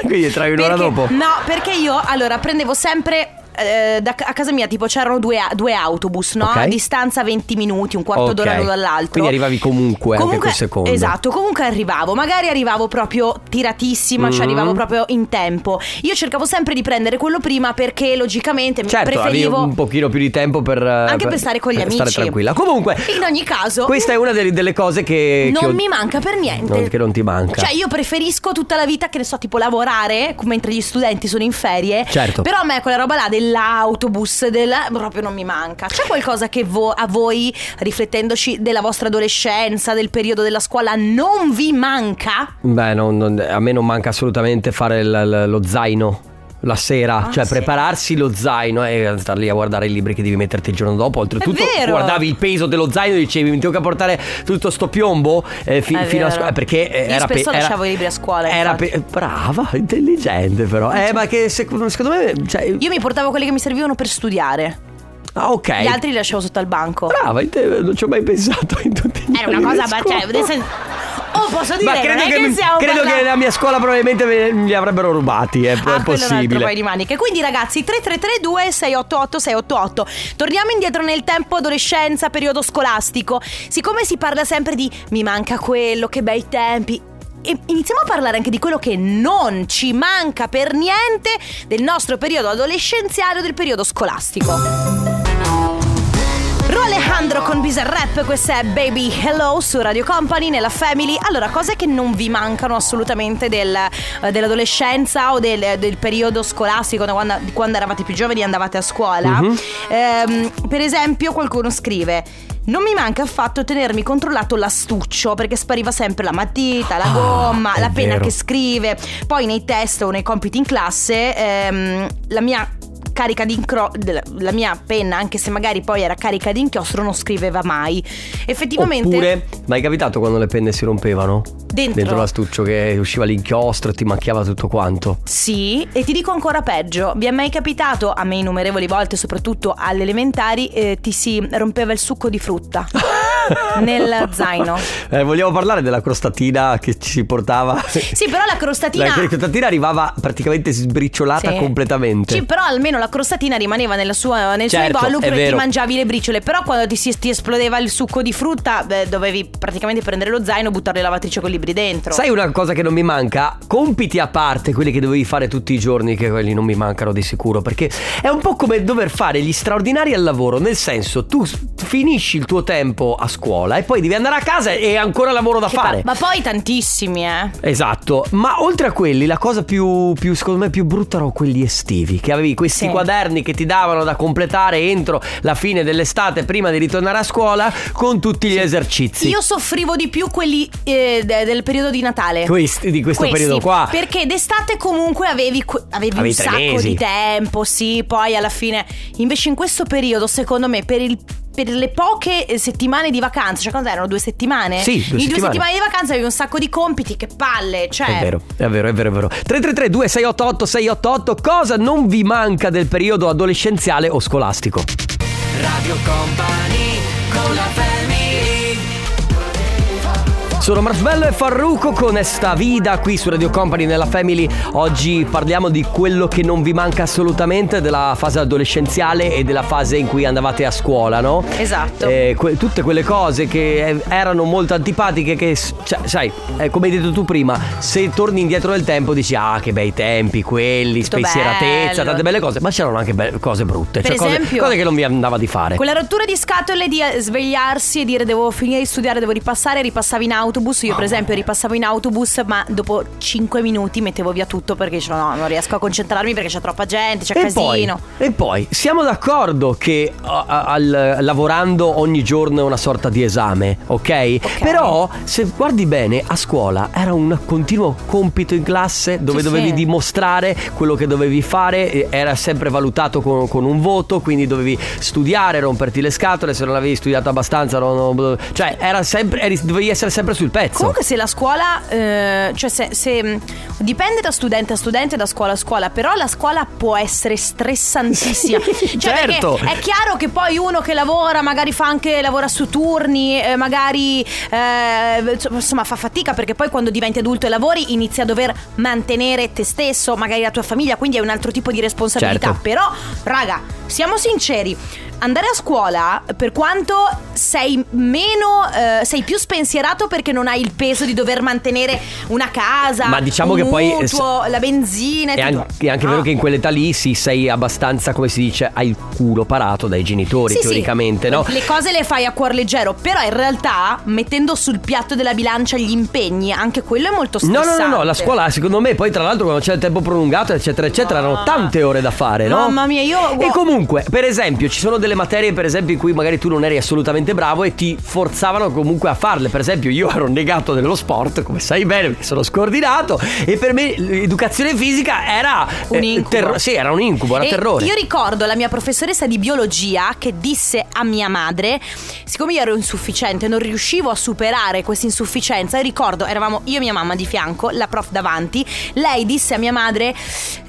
[SPEAKER 3] quindi entrai un'ora
[SPEAKER 1] Perché-
[SPEAKER 3] dopo.
[SPEAKER 1] No, perché io allora prendevo sempre. eh, da, a casa mia tipo c'erano due, a- due autobus no?
[SPEAKER 3] Ok.
[SPEAKER 1] a distanza 20 minuti un quarto
[SPEAKER 3] Ok.
[SPEAKER 1] d'ora l'uno dall'altro
[SPEAKER 3] Quindi arrivavi comunque, anche
[SPEAKER 1] Comunque-
[SPEAKER 3] col secondo.
[SPEAKER 1] esatto comunque arrivavo magari arrivavo proprio tiratissima cioè
[SPEAKER 3] Mm.
[SPEAKER 1] arrivavo proprio in tempo io cercavo sempre di prendere quello prima perché logicamente mi
[SPEAKER 3] Certo,
[SPEAKER 1] preferivo
[SPEAKER 3] avevi un pochino più di tempo per eh,
[SPEAKER 1] Anche per stare con gli
[SPEAKER 3] stare
[SPEAKER 1] amici.
[SPEAKER 3] tranquilla. Comunque,
[SPEAKER 1] in ogni caso
[SPEAKER 3] questa è una delle, delle cose che
[SPEAKER 1] non
[SPEAKER 3] che ho-
[SPEAKER 1] mi manca per niente.
[SPEAKER 3] Non- che non ti manca.
[SPEAKER 1] Cioè, io preferisco tutta la vita, che ne so, tipo lavorare come- mentre gli studenti sono in ferie.
[SPEAKER 3] Certo.
[SPEAKER 1] Però a me quella roba là dell'autobus, della- proprio non mi manca. C'è qualcosa che vo- a voi, riflettendoci della vostra adolescenza, del periodo della scuola, non vi manca?
[SPEAKER 3] Beh, non- non- a me non manca assolutamente fare il- il- lo zaino. la sera,
[SPEAKER 1] Ah,
[SPEAKER 3] cioè
[SPEAKER 1] sì.
[SPEAKER 3] prepararsi lo zaino e star lì a guardare i libri che devi metterti il giorno dopo. Oltretutto,
[SPEAKER 1] È vero!
[SPEAKER 3] guardavi il peso dello zaino e dicevi: Mi tocca portare tutto sto piombo eh, fi-
[SPEAKER 1] È
[SPEAKER 3] fino a
[SPEAKER 1] vero.
[SPEAKER 3] scuola. Perché eh,
[SPEAKER 1] Io
[SPEAKER 3] era
[SPEAKER 1] spesso lasciavo i libri a scuola,
[SPEAKER 3] Era
[SPEAKER 1] infatti. Cioè
[SPEAKER 3] pe- brava, intelligente, però. Eh, ma che secondo, secondo me. Cioè,
[SPEAKER 1] Io mi portavo quelli che mi servivano per studiare.
[SPEAKER 3] ah, ok.
[SPEAKER 1] Gli altri li lasciavo sotto al banco.
[SPEAKER 3] Brava, inte- non ci ho mai pensato in tutti gli
[SPEAKER 1] Era
[SPEAKER 3] anni
[SPEAKER 1] una
[SPEAKER 3] di
[SPEAKER 1] cosa.
[SPEAKER 3] scuola.
[SPEAKER 1] Cioè, adesso- oh, posso dire
[SPEAKER 3] Ma credo,
[SPEAKER 1] non è
[SPEAKER 3] che,
[SPEAKER 1] che,
[SPEAKER 3] mi-
[SPEAKER 1] stiamo
[SPEAKER 3] credo che
[SPEAKER 1] parlando-
[SPEAKER 3] la mia scuola probabilmente me- me li avrebbero rubati, eh, è,
[SPEAKER 1] Ah,
[SPEAKER 3] è
[SPEAKER 1] quello è un altro paio
[SPEAKER 3] possibile.
[SPEAKER 1] di maniche. Quindi, ragazzi, 3332 688 688. Torniamo indietro nel tempo, adolescenza, periodo scolastico. Siccome si parla sempre di mi manca quello, che bei tempi. E iniziamo a parlare anche di quello che non ci manca per niente del nostro periodo adolescenziale o del periodo scolastico. Ro Alejandro con Bizarrap, questa è Baby Hello su Radio Company nella Family. Allora, cose che non vi mancano assolutamente del, eh, dell'adolescenza o del, del periodo scolastico, da quando, di quando eravate più giovani e andavate a
[SPEAKER 3] Mhm.
[SPEAKER 1] scuola? Ehm, per esempio, qualcuno scrive: Non mi manca affatto tenermi controllato l'astuccio perché spariva sempre la matita, la gomma,
[SPEAKER 3] Ah, è
[SPEAKER 1] la penna
[SPEAKER 3] vero.
[SPEAKER 1] che scrive. Poi nei test o nei compiti in classe, ehm, la mia carica di incro- della- la mia penna, anche se magari poi era carica di inchiostro, non scriveva mai. Effettivamente
[SPEAKER 3] Oppure, ma è capitato quando le penne si rompevano?
[SPEAKER 1] dentro,
[SPEAKER 3] Dentro l'astuccio che usciva l'inchiostro e ti macchiava tutto quanto.
[SPEAKER 1] Sì, e ti dico ancora peggio, vi è mai capitato, a me innumerevoli volte, soprattutto alle elementari, eh, ti si rompeva il succo di frutta nel zaino.
[SPEAKER 3] Eh, vogliamo parlare della crostatina che ci si portava?
[SPEAKER 1] Sì, però la crostatina...
[SPEAKER 3] La crostatina arrivava praticamente sbriciolata
[SPEAKER 1] Sì.
[SPEAKER 3] completamente.
[SPEAKER 1] Sì, però almeno la crostatina rimaneva nella sua- nel
[SPEAKER 3] Certo,
[SPEAKER 1] suo
[SPEAKER 3] è
[SPEAKER 1] involucro e ti
[SPEAKER 3] vero.
[SPEAKER 1] mangiavi le briciole. Però quando ti, si- ti esplodeva il succo di frutta, beh, dovevi praticamente prendere lo zaino e buttare la lavatrice con i libri dentro.
[SPEAKER 3] Sai una cosa che non mi manca? Compiti a parte, quelli che dovevi fare tutti i giorni, che quelli non mi mancano di sicuro, perché è un po' come dover fare gli straordinari al lavoro, nel senso tu s- finisci il tuo tempo a scuola e poi devi andare a casa e hai ancora lavoro da
[SPEAKER 1] Che
[SPEAKER 3] fare.
[SPEAKER 1] pa- ma poi tantissimi, eh.
[SPEAKER 3] Esatto, ma oltre a quelli la cosa più, più, secondo me più brutta erano quelli estivi, che avevi questi
[SPEAKER 1] Sì.
[SPEAKER 3] quaderni che ti davano da completare entro la fine dell'estate prima di ritornare a scuola con tutti gli esercizi.
[SPEAKER 1] Io soffrivo di più quelli eh, de- del periodo di Natale.
[SPEAKER 3] Questi, di questo
[SPEAKER 1] Questi,
[SPEAKER 3] periodo qua.
[SPEAKER 1] Perché d'estate comunque avevi, que- avevi
[SPEAKER 3] Avevi
[SPEAKER 1] un
[SPEAKER 3] tre
[SPEAKER 1] sacco
[SPEAKER 3] mesi.
[SPEAKER 1] di tempo, sì, poi alla fine. Invece in questo periodo, secondo me, per il- per le poche eh, settimane di vacanza, cioè quando erano due settimane?
[SPEAKER 3] Sì, due
[SPEAKER 1] In due
[SPEAKER 3] settimane.
[SPEAKER 1] settimane di vacanza avevi un sacco di compiti, che palle, cioè.
[SPEAKER 3] È vero, è vero, è vero, è vero. 333 2688 688 cosa non vi manca del periodo adolescenziale o scolastico? Sono Marshmello e Farruco con Esta Vida qui su Radio Company nella Family. Oggi parliamo di quello che non vi manca assolutamente della fase adolescenziale e della fase in cui andavate a scuola, no?
[SPEAKER 1] Esatto.
[SPEAKER 3] Eh, que- tutte quelle cose che eh, erano molto antipatiche che s- cioè, sai eh, come hai detto tu prima se torni indietro nel tempo dici ah che bei tempi quelli
[SPEAKER 1] Tutto
[SPEAKER 3] spensieratezza
[SPEAKER 1] bello."
[SPEAKER 3] tante belle cose ma c'erano anche be- cose brutte
[SPEAKER 1] Per
[SPEAKER 3] cioè cose-
[SPEAKER 1] esempio-
[SPEAKER 3] cose, che non vi andava di fare
[SPEAKER 1] Quella rottura di scatole di eh, svegliarsi e dire devo finire di studiare, devo ripassare, ripassavi in autobus. Io per esempio ripassavo in autobus, ma dopo 5 minuti mettevo via tutto perché dicevo no, non riesco a concentrarmi perché c'è troppa gente, c'è
[SPEAKER 3] E poi,
[SPEAKER 1] casino.
[SPEAKER 3] e poi siamo d'accordo che a- a- al- lavorando ogni giorno è una sorta di esame, ok? Però se guardi bene a scuola era un continuo compito in classe dove
[SPEAKER 1] Sì,
[SPEAKER 3] dovevi
[SPEAKER 1] sì.
[SPEAKER 3] dimostrare quello che dovevi fare, e era sempre valutato con, con un voto, quindi dovevi studiare, romperti le scatole, se non avevi studiato abbastanza, non- non- cioè era sempre, eri- dovevi essere sempre sul pezzo.
[SPEAKER 1] Comunque se la scuola, eh, cioè se, se, mh, dipende da studente a studente, da scuola a scuola, però la scuola può essere stressantissima.
[SPEAKER 3] Sì,
[SPEAKER 1] Cioè, perché
[SPEAKER 3] certo.
[SPEAKER 1] È chiaro che poi uno che lavora, magari fa anche, lavora su turni, eh, magari eh, insomma fa fatica perché poi quando diventi adulto e lavori inizi a dover mantenere te stesso, magari la tua famiglia, quindi è un altro tipo di responsabilità.
[SPEAKER 3] Certo.
[SPEAKER 1] Però, raga, siamo sinceri. Andare a scuola, per quanto sei meno, eh, sei più spensierato perché non hai il peso di dover mantenere una casa,
[SPEAKER 3] Ma diciamo
[SPEAKER 1] un
[SPEAKER 3] che poi-
[SPEAKER 1] mutuo, la benzina e
[SPEAKER 3] È
[SPEAKER 1] tutto.
[SPEAKER 3] an- è anche vero
[SPEAKER 1] Ah.
[SPEAKER 3] che in quell'età lì sì, sei abbastanza, come si dice, hai il culo parato dai genitori
[SPEAKER 1] Ah, Sì, sì.
[SPEAKER 3] teoricamente, no?
[SPEAKER 1] Le cose le fai a cuor leggero, però in realtà mettendo sul piatto della bilancia gli impegni, anche quello è molto
[SPEAKER 3] No,
[SPEAKER 1] stressante.
[SPEAKER 3] no, no, no, la scuola secondo me poi tra l'altro quando c'è il tempo prolungato eccetera eccetera erano tante ore da fare, no?
[SPEAKER 1] Ah. Mamma mia, io-
[SPEAKER 3] E comunque, per esempio, ci sono delle materie per esempio in cui magari tu non eri assolutamente bravo e ti forzavano comunque a farle, per esempio io ero negato dello sport, come sai bene, perché sono scordinato. E per me l'educazione fisica era eh,
[SPEAKER 1] Un incubo.
[SPEAKER 3] sì, era un incubo, era
[SPEAKER 1] E
[SPEAKER 3] terrore.
[SPEAKER 1] Io ricordo la mia professoressa di biologia che disse a mia madre: Siccome io ero insufficiente, non riuscivo a superare questa insufficienza. E ricordo, eravamo io e mia mamma di fianco, la prof davanti. Lei disse a mia madre: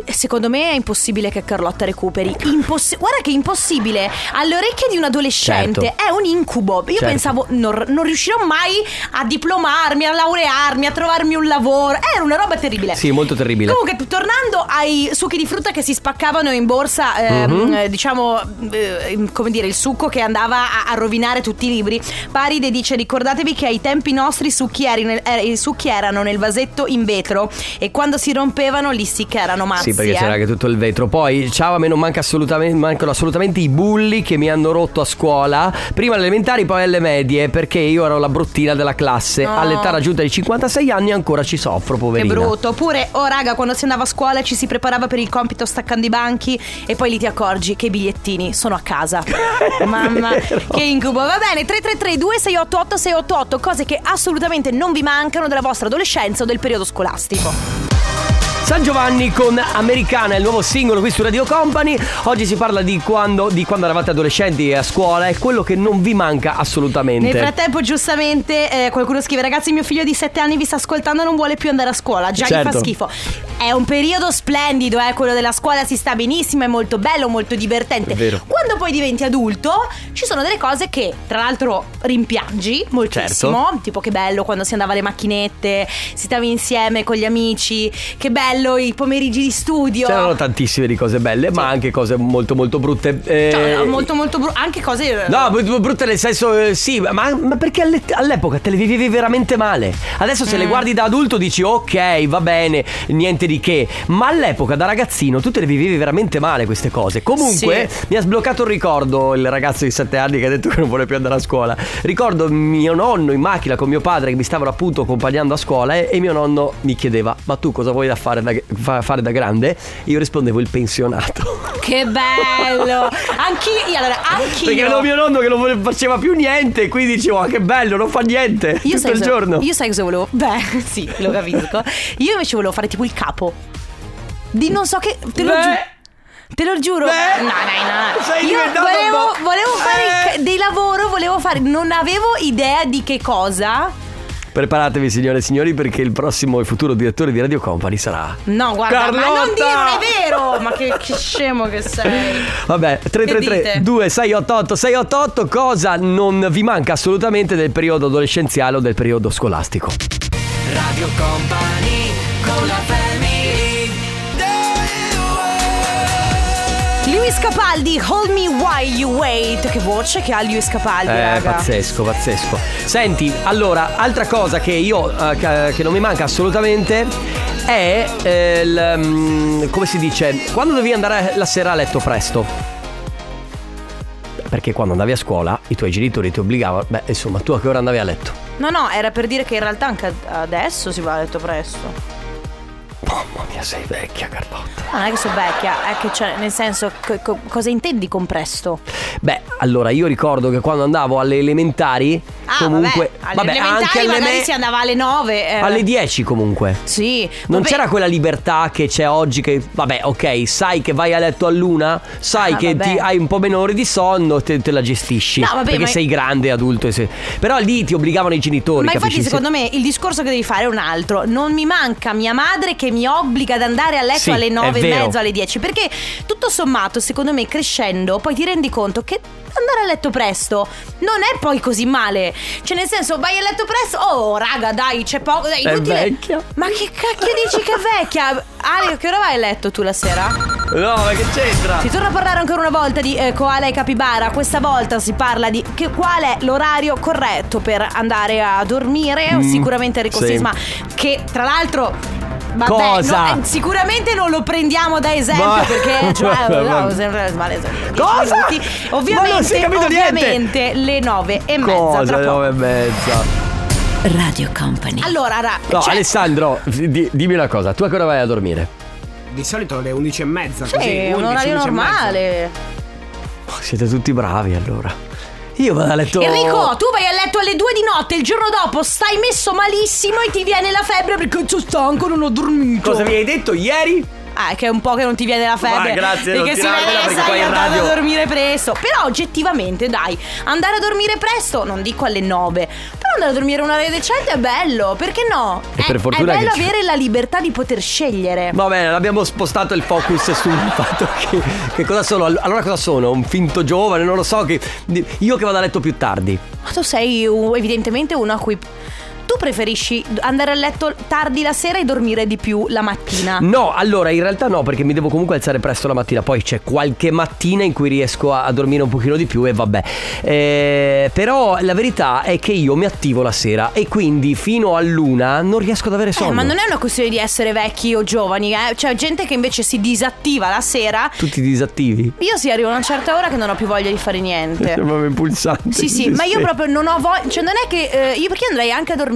[SPEAKER 1] Secondo me è impossibile che Carlotta recuperi. Impossi- Guarda che impossibile! Alle orecchie di un adolescente
[SPEAKER 3] Certo.
[SPEAKER 1] è un incubo. Io
[SPEAKER 3] Certo.
[SPEAKER 1] pensavo: non, non riuscirò mai a diplomarmi, a laurearmi, a trovarmi un lavoro. Era una roba terribile.
[SPEAKER 3] Sì, molto terribile.
[SPEAKER 1] Eh. Comunque, t- tornando ai succhi di frutta che si spaccavano in borsa, ehm,
[SPEAKER 3] Mhm.
[SPEAKER 1] eh, diciamo, eh, come dire, il succo che andava a, a rovinare tutti i libri, Paride dice: Ricordatevi che ai tempi nostri i succhi, eri nel- eh, i succhi erano nel vasetto in vetro e quando si rompevano lì sì che erano mazzi.
[SPEAKER 3] Sì, perché
[SPEAKER 1] eh.
[SPEAKER 3] c'era anche tutto il vetro. Poi, ciao, a me non manca assolutamente, mancano assolutamente i bulli che mi hanno rotto a scuola. Prima alle elementari, poi alle medie, perché io ero la bruttina della classe.
[SPEAKER 1] No.
[SPEAKER 3] All'età raggiunta di 56 anni ancora ci soffro,
[SPEAKER 1] Che
[SPEAKER 3] poverina.
[SPEAKER 1] brutto. Oppure, oh raga, quando si andava a scuola ci si preparava per il compito staccando i banchi e poi lì ti accorgi che i bigliettini sono a casa. Mamma, che incubo. Va bene, 333 2688 688, cose che assolutamente non vi mancano della vostra adolescenza o del periodo scolastico.
[SPEAKER 3] San Giovanni con Americana, il nuovo singolo qui su Radio Company. Oggi si parla di quando, di quando eravate adolescenti e a scuola e quello che non vi manca assolutamente.
[SPEAKER 1] Nel frattempo, giustamente, eh, qualcuno scrive: Ragazzi, mio figlio di 7 anni vi sta ascoltando, non vuole più andare a scuola. Già gli
[SPEAKER 3] Certo.
[SPEAKER 1] fa schifo. È un periodo splendido, eh, quello della scuola si sta benissimo, è molto bello, molto divertente.
[SPEAKER 3] È vero.
[SPEAKER 1] Quando poi diventi adulto, ci sono delle cose che, tra l'altro, rimpiangi moltissimo.
[SPEAKER 3] Certo.
[SPEAKER 1] Tipo, che bello quando si andava alle macchinette, si stava insieme con gli amici, che bello i pomeriggi di studio.
[SPEAKER 3] C'erano tantissime di cose belle, ma anche cose molto molto brutte. Eh,
[SPEAKER 1] Cioè, molto, molto brutto. Anche cose.
[SPEAKER 3] No, brut- brutte nel senso, eh, sì, ma, ma perché alle- all'epoca te le vivevi veramente male? Adesso se le guardi da adulto dici ok, va bene, niente di che, ma all'epoca da ragazzino tu te le vivevi veramente male queste cose. Comunque mi ha sbloccato il ricordo il ragazzo di 7 anni che ha detto che non vuole più andare a scuola. Ricordo mio nonno in macchina con mio padre che mi stavano appunto accompagnando a scuola e, e mio nonno mi chiedeva ma tu cosa vuoi da fare da, fa- fare da grande? Io rispondevo il pensionato.
[SPEAKER 1] Che bello! Anch'io. Allora, anch'io.
[SPEAKER 3] Perché avevo mio nonno che non vole- faceva più niente, quindi dicevo, ah, che bello, non fa niente tutto
[SPEAKER 1] sai
[SPEAKER 3] il
[SPEAKER 1] cosa-
[SPEAKER 3] giorno.
[SPEAKER 1] Io sai cosa volevo? Beh, sì, lo capisco. Io invece volevo fare tipo il capo. Di non so che. Te lo
[SPEAKER 3] Beh.
[SPEAKER 1] giuro. Te lo giuro.
[SPEAKER 3] Beh.
[SPEAKER 1] no, no, no.
[SPEAKER 3] Sei
[SPEAKER 1] Io
[SPEAKER 3] diventato un
[SPEAKER 1] volevo,
[SPEAKER 3] po'-
[SPEAKER 1] volevo fare
[SPEAKER 3] Eh.
[SPEAKER 1] il ca- dei lavoro, volevo fare. Non avevo idea di che cosa.
[SPEAKER 3] Preparatevi, signore e signori, perché il prossimo e futuro direttore di Radio Company sarà.
[SPEAKER 1] No, guarda, ma non dire, non
[SPEAKER 3] Carlotta!
[SPEAKER 1] è vero! Ma che, che scemo che sei.
[SPEAKER 3] Vabbè, 333
[SPEAKER 1] dite?
[SPEAKER 3] 2688 688 cosa non vi manca assolutamente del periodo adolescenziale o del periodo scolastico? Radio Company con la
[SPEAKER 1] Luis Capaldi, Hold Me While You Wait. Che voce che ha Luis Capaldi,
[SPEAKER 3] Eh,
[SPEAKER 1] raga.
[SPEAKER 3] pazzesco, pazzesco. Senti, allora, altra cosa che io eh, che, che non mi manca assolutamente è eh, il, mm, come si dice, quando dovevi andare la sera a letto presto. Perché quando andavi a scuola i tuoi genitori ti obbligavano, beh, insomma, tu a che ora andavi a letto?
[SPEAKER 1] No, no, era per dire che in realtà anche adesso si va a letto presto.
[SPEAKER 3] Mamma mia, sei vecchia, Carlotta.
[SPEAKER 1] Ah, Non è che sono vecchia, è che cioè, nel senso, co- co- cosa intendi con presto?
[SPEAKER 3] Beh, allora io ricordo che quando andavo alle elementari,
[SPEAKER 1] Ah,
[SPEAKER 3] comunque,
[SPEAKER 1] vabbè, alle elementari
[SPEAKER 3] alle
[SPEAKER 1] magari
[SPEAKER 3] me-
[SPEAKER 1] si andava alle nove, eh.
[SPEAKER 3] Alle 10 comunque.
[SPEAKER 1] Sì,
[SPEAKER 3] Non
[SPEAKER 1] vabbè,
[SPEAKER 3] c'era quella libertà che c'è oggi che, vabbè, ok, sai che vai a letto a luna, sai
[SPEAKER 1] Ah,
[SPEAKER 3] che
[SPEAKER 1] vabbè.
[SPEAKER 3] ti hai un po' meno ore di sonno, te, te la gestisci.
[SPEAKER 1] No, vabbè,
[SPEAKER 3] perché
[SPEAKER 1] ma-
[SPEAKER 3] sei grande, adulto. e se- Però lì ti obbligavano i genitori,
[SPEAKER 1] Ma
[SPEAKER 3] capisci?
[SPEAKER 1] infatti secondo me il discorso che devi fare è un altro Non mi manca mia madre che mi obbliga ad andare a letto
[SPEAKER 3] Sì,
[SPEAKER 1] alle
[SPEAKER 3] è
[SPEAKER 1] nove e
[SPEAKER 3] vero.
[SPEAKER 1] mezzo, alle 10 Perché tutto sommato secondo me crescendo poi ti rendi conto che andare a letto presto non è poi così male Cioè nel senso vai a letto presto, oh raga dai c'è poco, dai,
[SPEAKER 3] È
[SPEAKER 1] inutile
[SPEAKER 3] vecchia.
[SPEAKER 1] Ma che cacchio dici che è vecchia? Ale che ora vai a letto tu la sera?
[SPEAKER 3] No, ma che c'entra?
[SPEAKER 1] Si torna a parlare ancora una volta di eh, koala e capibara. Questa volta si parla di che, qual è l'orario corretto per andare a dormire. sicuramente Enrico
[SPEAKER 3] Mm, sì.
[SPEAKER 1] Sisma, che tra l'altro. Vabbè,
[SPEAKER 3] Cosa?
[SPEAKER 1] no, eh, sicuramente non lo prendiamo da esempio
[SPEAKER 3] Ma-
[SPEAKER 1] perché cioè,
[SPEAKER 3] Ma-
[SPEAKER 1] no,
[SPEAKER 3] ma-
[SPEAKER 1] sempre- vale- dieci
[SPEAKER 3] Cosa?
[SPEAKER 1] minuti.
[SPEAKER 3] Ma
[SPEAKER 1] Ovviamente,
[SPEAKER 3] non si è capito niente.
[SPEAKER 1] ovviamente le nove e mezza
[SPEAKER 3] Cosa?
[SPEAKER 1] tra
[SPEAKER 3] Le
[SPEAKER 1] poco.
[SPEAKER 3] nove e mezza.
[SPEAKER 4] Radio Company
[SPEAKER 1] Allora, ra-
[SPEAKER 3] No,
[SPEAKER 1] cioè,
[SPEAKER 3] Alessandro, di- dimmi una cosa, tu a che ora vai a dormire?
[SPEAKER 7] Di solito alle 11 e mezza.
[SPEAKER 1] sì, è un orario normale.
[SPEAKER 3] Oh, siete tutti bravi allora. Io vado a letto.
[SPEAKER 1] Enrico, tu vai a letto alle 2 di notte, il giorno dopo stai messo malissimo e ti viene la febbre perché sono stanco, non ho dormito.
[SPEAKER 3] Cosa mi hai detto ieri?
[SPEAKER 1] Ah, è che è un po' che non ti viene la febbre.
[SPEAKER 3] Ma grazie, non
[SPEAKER 1] perché si
[SPEAKER 3] tirarmela
[SPEAKER 1] vede che
[SPEAKER 3] perché
[SPEAKER 1] stai
[SPEAKER 3] poi in
[SPEAKER 1] andando
[SPEAKER 3] radio-
[SPEAKER 1] a dormire presto. Però oggettivamente, dai, andare a dormire presto, non dico alle 9, però andare a dormire un'ora decente è bello, perché no?
[SPEAKER 3] E
[SPEAKER 1] è,
[SPEAKER 3] per fortuna
[SPEAKER 1] è
[SPEAKER 3] che
[SPEAKER 1] bello
[SPEAKER 3] ci-
[SPEAKER 1] avere la libertà di poter scegliere.
[SPEAKER 3] Va bene, abbiamo spostato il focus sul fatto che, che cosa sono. All- Allora cosa sono? Un finto giovane, non lo so. Che, io che vado a letto più tardi.
[SPEAKER 1] Ma tu sei uh, evidentemente uno a cui. Tu preferisci andare a letto tardi la sera e dormire di più la mattina.
[SPEAKER 3] No, allora in realtà no, perché mi devo comunque alzare presto la mattina. Poi c'è qualche mattina in cui riesco a, a dormire un pochino di più e vabbè. Eh, però la verità è che io mi attivo la sera e quindi fino a luna non riesco ad avere sonno.
[SPEAKER 1] Eh, ma non è una questione di essere vecchi o giovani, eh. C'è gente che invece si disattiva la sera.
[SPEAKER 3] Tutti disattivi.
[SPEAKER 1] Io sì, arrivo a una certa ora che non ho più voglia di fare niente.
[SPEAKER 3] Sembrava impulsante.
[SPEAKER 1] Sì, Cioè, sì, ma io proprio non ho voglia. Cioè, non è che. eh, io perché andrei anche a dormire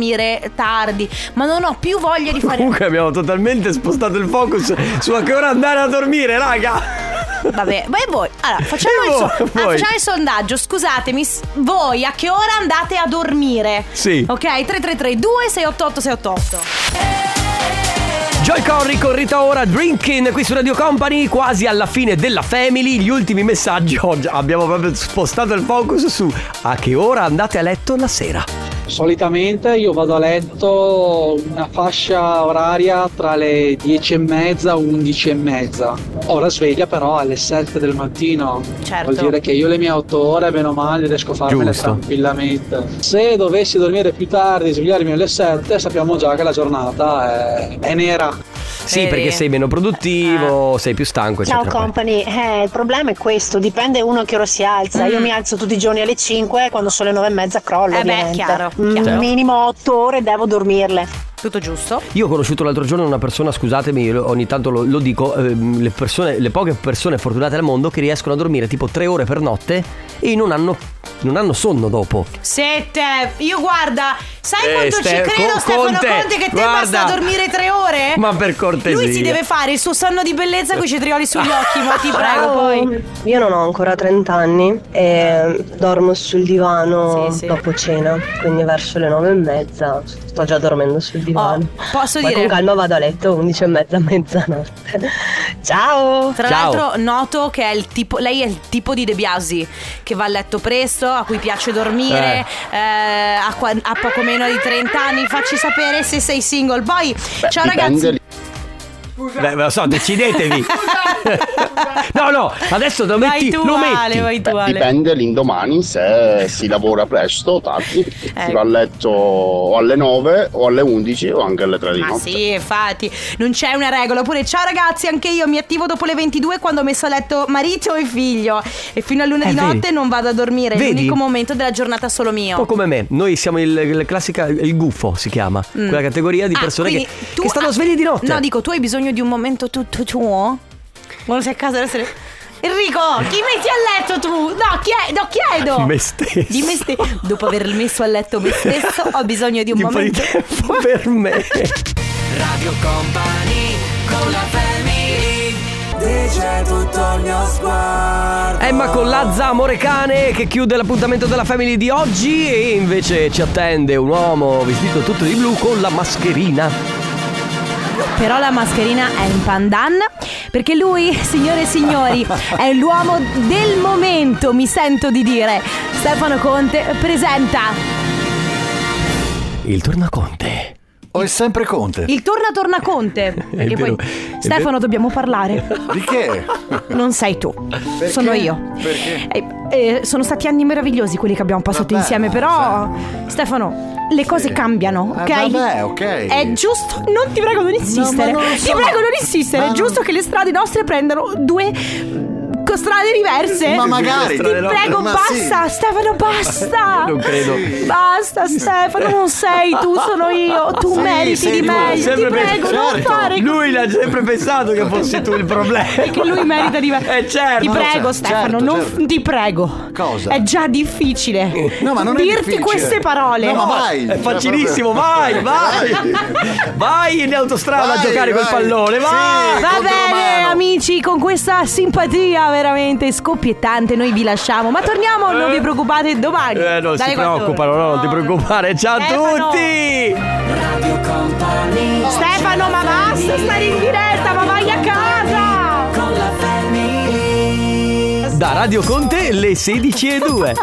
[SPEAKER 1] tardi, ma non ho più voglia di fare.
[SPEAKER 3] Comunque abbiamo totalmente spostato il focus su a che ora andare a dormire, raga.
[SPEAKER 1] Vabbè, ma e voi? Allora, facciamo,
[SPEAKER 3] E
[SPEAKER 1] il, so-
[SPEAKER 3] voi?
[SPEAKER 1] ah,
[SPEAKER 3] Voi?
[SPEAKER 1] facciamo il sondaggio. Scusatemi, s- voi a che ora andate a dormire?
[SPEAKER 3] Sì.
[SPEAKER 1] Ok, 3332 688 688.
[SPEAKER 3] Joy Corri con Rita Ora, Drinking qui su Radio Company, quasi alla fine della Family, gli ultimi messaggi oggi abbiamo proprio spostato il focus su a che ora andate a letto la sera.
[SPEAKER 8] Solitamente io vado a letto una fascia oraria tra le 10 e mezza 11 e mezza. Ora sveglia però alle 7 del mattino.
[SPEAKER 1] Certo.
[SPEAKER 8] Vuol dire che io le mie 8 ore, bene o male, riesco a farmele
[SPEAKER 3] Giusto.
[SPEAKER 8] tranquillamente. Se dovessi dormire più tardi e svegliarmi alle 7, sappiamo già che la giornata è, è nera.
[SPEAKER 3] Sì,
[SPEAKER 1] Vedi?
[SPEAKER 3] perché sei meno produttivo, sei più stanco,
[SPEAKER 9] Ciao
[SPEAKER 3] eccetera.
[SPEAKER 9] company, Eh, il problema è questo, dipende uno a che ora si alza. Io mi alzo tutti i giorni alle 5 quando sono le 9 e mezza crollo.
[SPEAKER 1] Eh beh,
[SPEAKER 9] ovviamente.
[SPEAKER 1] chiaro,
[SPEAKER 9] Mm,
[SPEAKER 1] chiaro.
[SPEAKER 3] Certo.
[SPEAKER 9] Minimo 8 ore devo dormirle.
[SPEAKER 1] Tutto giusto?
[SPEAKER 3] Io ho conosciuto l'altro giorno una persona, scusatemi, io ogni tanto lo, lo dico, ehm, le, persone, le poche persone fortunate al mondo che riescono a dormire tipo tre ore per notte e non hanno, non hanno sonno dopo.
[SPEAKER 1] Sette, io guarda, sai
[SPEAKER 3] Eh,
[SPEAKER 1] quanto
[SPEAKER 3] Ste-
[SPEAKER 1] ci credo
[SPEAKER 3] Co-
[SPEAKER 1] Stefano
[SPEAKER 3] Conte,
[SPEAKER 1] Conte, che te
[SPEAKER 3] guarda.
[SPEAKER 1] basta dormire tre ore?
[SPEAKER 3] Ma per cortesia.
[SPEAKER 1] Lui si deve fare il suo sonno di bellezza con i cetrioli sugli occhi, ma ti prego poi.
[SPEAKER 10] Io non ho ancora 30 anni e dormo sul divano
[SPEAKER 1] Sì, sì.
[SPEAKER 10] dopo cena, quindi verso le 9 e mezza sto già dormendo sul divano.
[SPEAKER 1] Oh, posso
[SPEAKER 10] Poi
[SPEAKER 1] dire-
[SPEAKER 10] con calma vado a letto 11 e mezza, mezzanotte. Ciao!
[SPEAKER 1] Tra
[SPEAKER 3] Ciao.
[SPEAKER 1] l'altro noto che è il tipo, lei è il tipo di De Biasi che va a letto presto, a cui piace dormire, eh, ha, qua- ha poco meno di 30 anni, facci sapere se sei single. Poi, ciao ragazzi,
[SPEAKER 3] Beh, lo so, decidetevi. no, no, adesso lo
[SPEAKER 1] vai
[SPEAKER 3] metti,
[SPEAKER 1] tu
[SPEAKER 3] lo metti.
[SPEAKER 1] Ale, vai tu Ale.
[SPEAKER 11] Dipende l'indomani se si lavora presto o tardi. Si
[SPEAKER 1] Ecco.
[SPEAKER 11] va a letto o alle 9 o alle 11 o anche alle 3 di
[SPEAKER 1] Ma
[SPEAKER 11] notte.
[SPEAKER 1] Ah, sì, infatti, non c'è una regola. Oppure, ciao ragazzi, anche io mi attivo dopo le 22 quando ho messo a letto marito e figlio. E fino a luna
[SPEAKER 3] Eh,
[SPEAKER 1] di
[SPEAKER 3] vedi.
[SPEAKER 1] notte non vado a dormire. È
[SPEAKER 3] Vedi?
[SPEAKER 1] l'unico momento della giornata solo mio.
[SPEAKER 3] Un po' come me, noi siamo il, il classica, il guffo si chiama, quella categoria di
[SPEAKER 1] Ah,
[SPEAKER 3] persone che,
[SPEAKER 1] quindi tu
[SPEAKER 3] che stanno
[SPEAKER 1] ha-
[SPEAKER 3] svegli di notte.
[SPEAKER 1] No, dico, tu hai bisogno di un momento tutto tuo? Quando sei a casa deve essere... Enrico, chi metti a letto tu? No, chie- no, chiedo!
[SPEAKER 3] Ah, Me stesso.
[SPEAKER 1] Di me stesso. Dopo aver messo a letto me stesso, ho bisogno di un
[SPEAKER 3] po' di
[SPEAKER 1] momento.
[SPEAKER 3] tempo per me. Emma con Lazza Amore Cane che chiude l'appuntamento della Family di oggi e invece ci attende un uomo vestito tutto di blu con la mascherina.
[SPEAKER 1] Però la mascherina è in pandan perché lui, signore e signori, è l'uomo del momento, mi sento di dire. Stefano Conte presenta
[SPEAKER 3] Il tornaconte.
[SPEAKER 2] Ho sempre Conte.
[SPEAKER 1] il Torna Torna Conte. Perché
[SPEAKER 3] vero,
[SPEAKER 1] poi
[SPEAKER 3] è
[SPEAKER 1] Stefano dobbiamo parlare.
[SPEAKER 2] Di che?
[SPEAKER 1] Non sei tu, sono io. Eh, eh, sono stati anni meravigliosi quelli che abbiamo passato insieme, però Stefano, le cose cambiano, ok?
[SPEAKER 2] Eh, vabbè, ok.
[SPEAKER 1] È giusto, non ti prego non insistere.
[SPEAKER 2] non lo
[SPEAKER 1] Ti
[SPEAKER 2] so.
[SPEAKER 1] prego non insistere, è
[SPEAKER 2] Ma-
[SPEAKER 1] giusto che le strade nostre prendano due mm, co- strade diverse.
[SPEAKER 2] Ma magari.
[SPEAKER 1] Ti prego,
[SPEAKER 2] Ma sì.
[SPEAKER 1] basta, Stefano, basta.
[SPEAKER 3] Non credo.
[SPEAKER 1] Basta, Stefano, non sei tu, sono io. Tu
[SPEAKER 2] Sì,
[SPEAKER 1] meriti
[SPEAKER 2] sei
[SPEAKER 1] di
[SPEAKER 2] tu.
[SPEAKER 1] meglio. Ti
[SPEAKER 3] Sempre per-
[SPEAKER 1] prego, non
[SPEAKER 2] Certo.
[SPEAKER 1] fare così.
[SPEAKER 3] Lui l'ha sempre pensato che fossi tu il problema.
[SPEAKER 1] Perché lui merita di me.
[SPEAKER 3] Eh, certo.
[SPEAKER 1] Ti prego,
[SPEAKER 2] certo,
[SPEAKER 1] Stefano, non
[SPEAKER 2] certo.
[SPEAKER 1] ti prego.
[SPEAKER 2] Cosa? Eh,
[SPEAKER 1] È già difficile.
[SPEAKER 2] No, ma non è
[SPEAKER 1] dirti
[SPEAKER 2] difficile.
[SPEAKER 1] queste parole.
[SPEAKER 2] No, ma vai.
[SPEAKER 3] È facilissimo, vai, vai. Vai in autostrada
[SPEAKER 1] Vai,
[SPEAKER 3] a giocare col
[SPEAKER 1] vai.
[SPEAKER 3] pallone, vai!
[SPEAKER 1] Va bene amici, con questa simpatia veramente scoppiettante noi vi lasciamo, ma torniamo, non vi preoccupate, domani.
[SPEAKER 3] Eh, non si
[SPEAKER 1] dalle 14.
[SPEAKER 3] preoccupano, no, non ti preoccupare. Ciao a
[SPEAKER 1] Stefano.
[SPEAKER 3] tutti!
[SPEAKER 1] Stefano, ma basta stare in diretta, ma vai a casa!
[SPEAKER 3] Da Radio Conte le 16.02.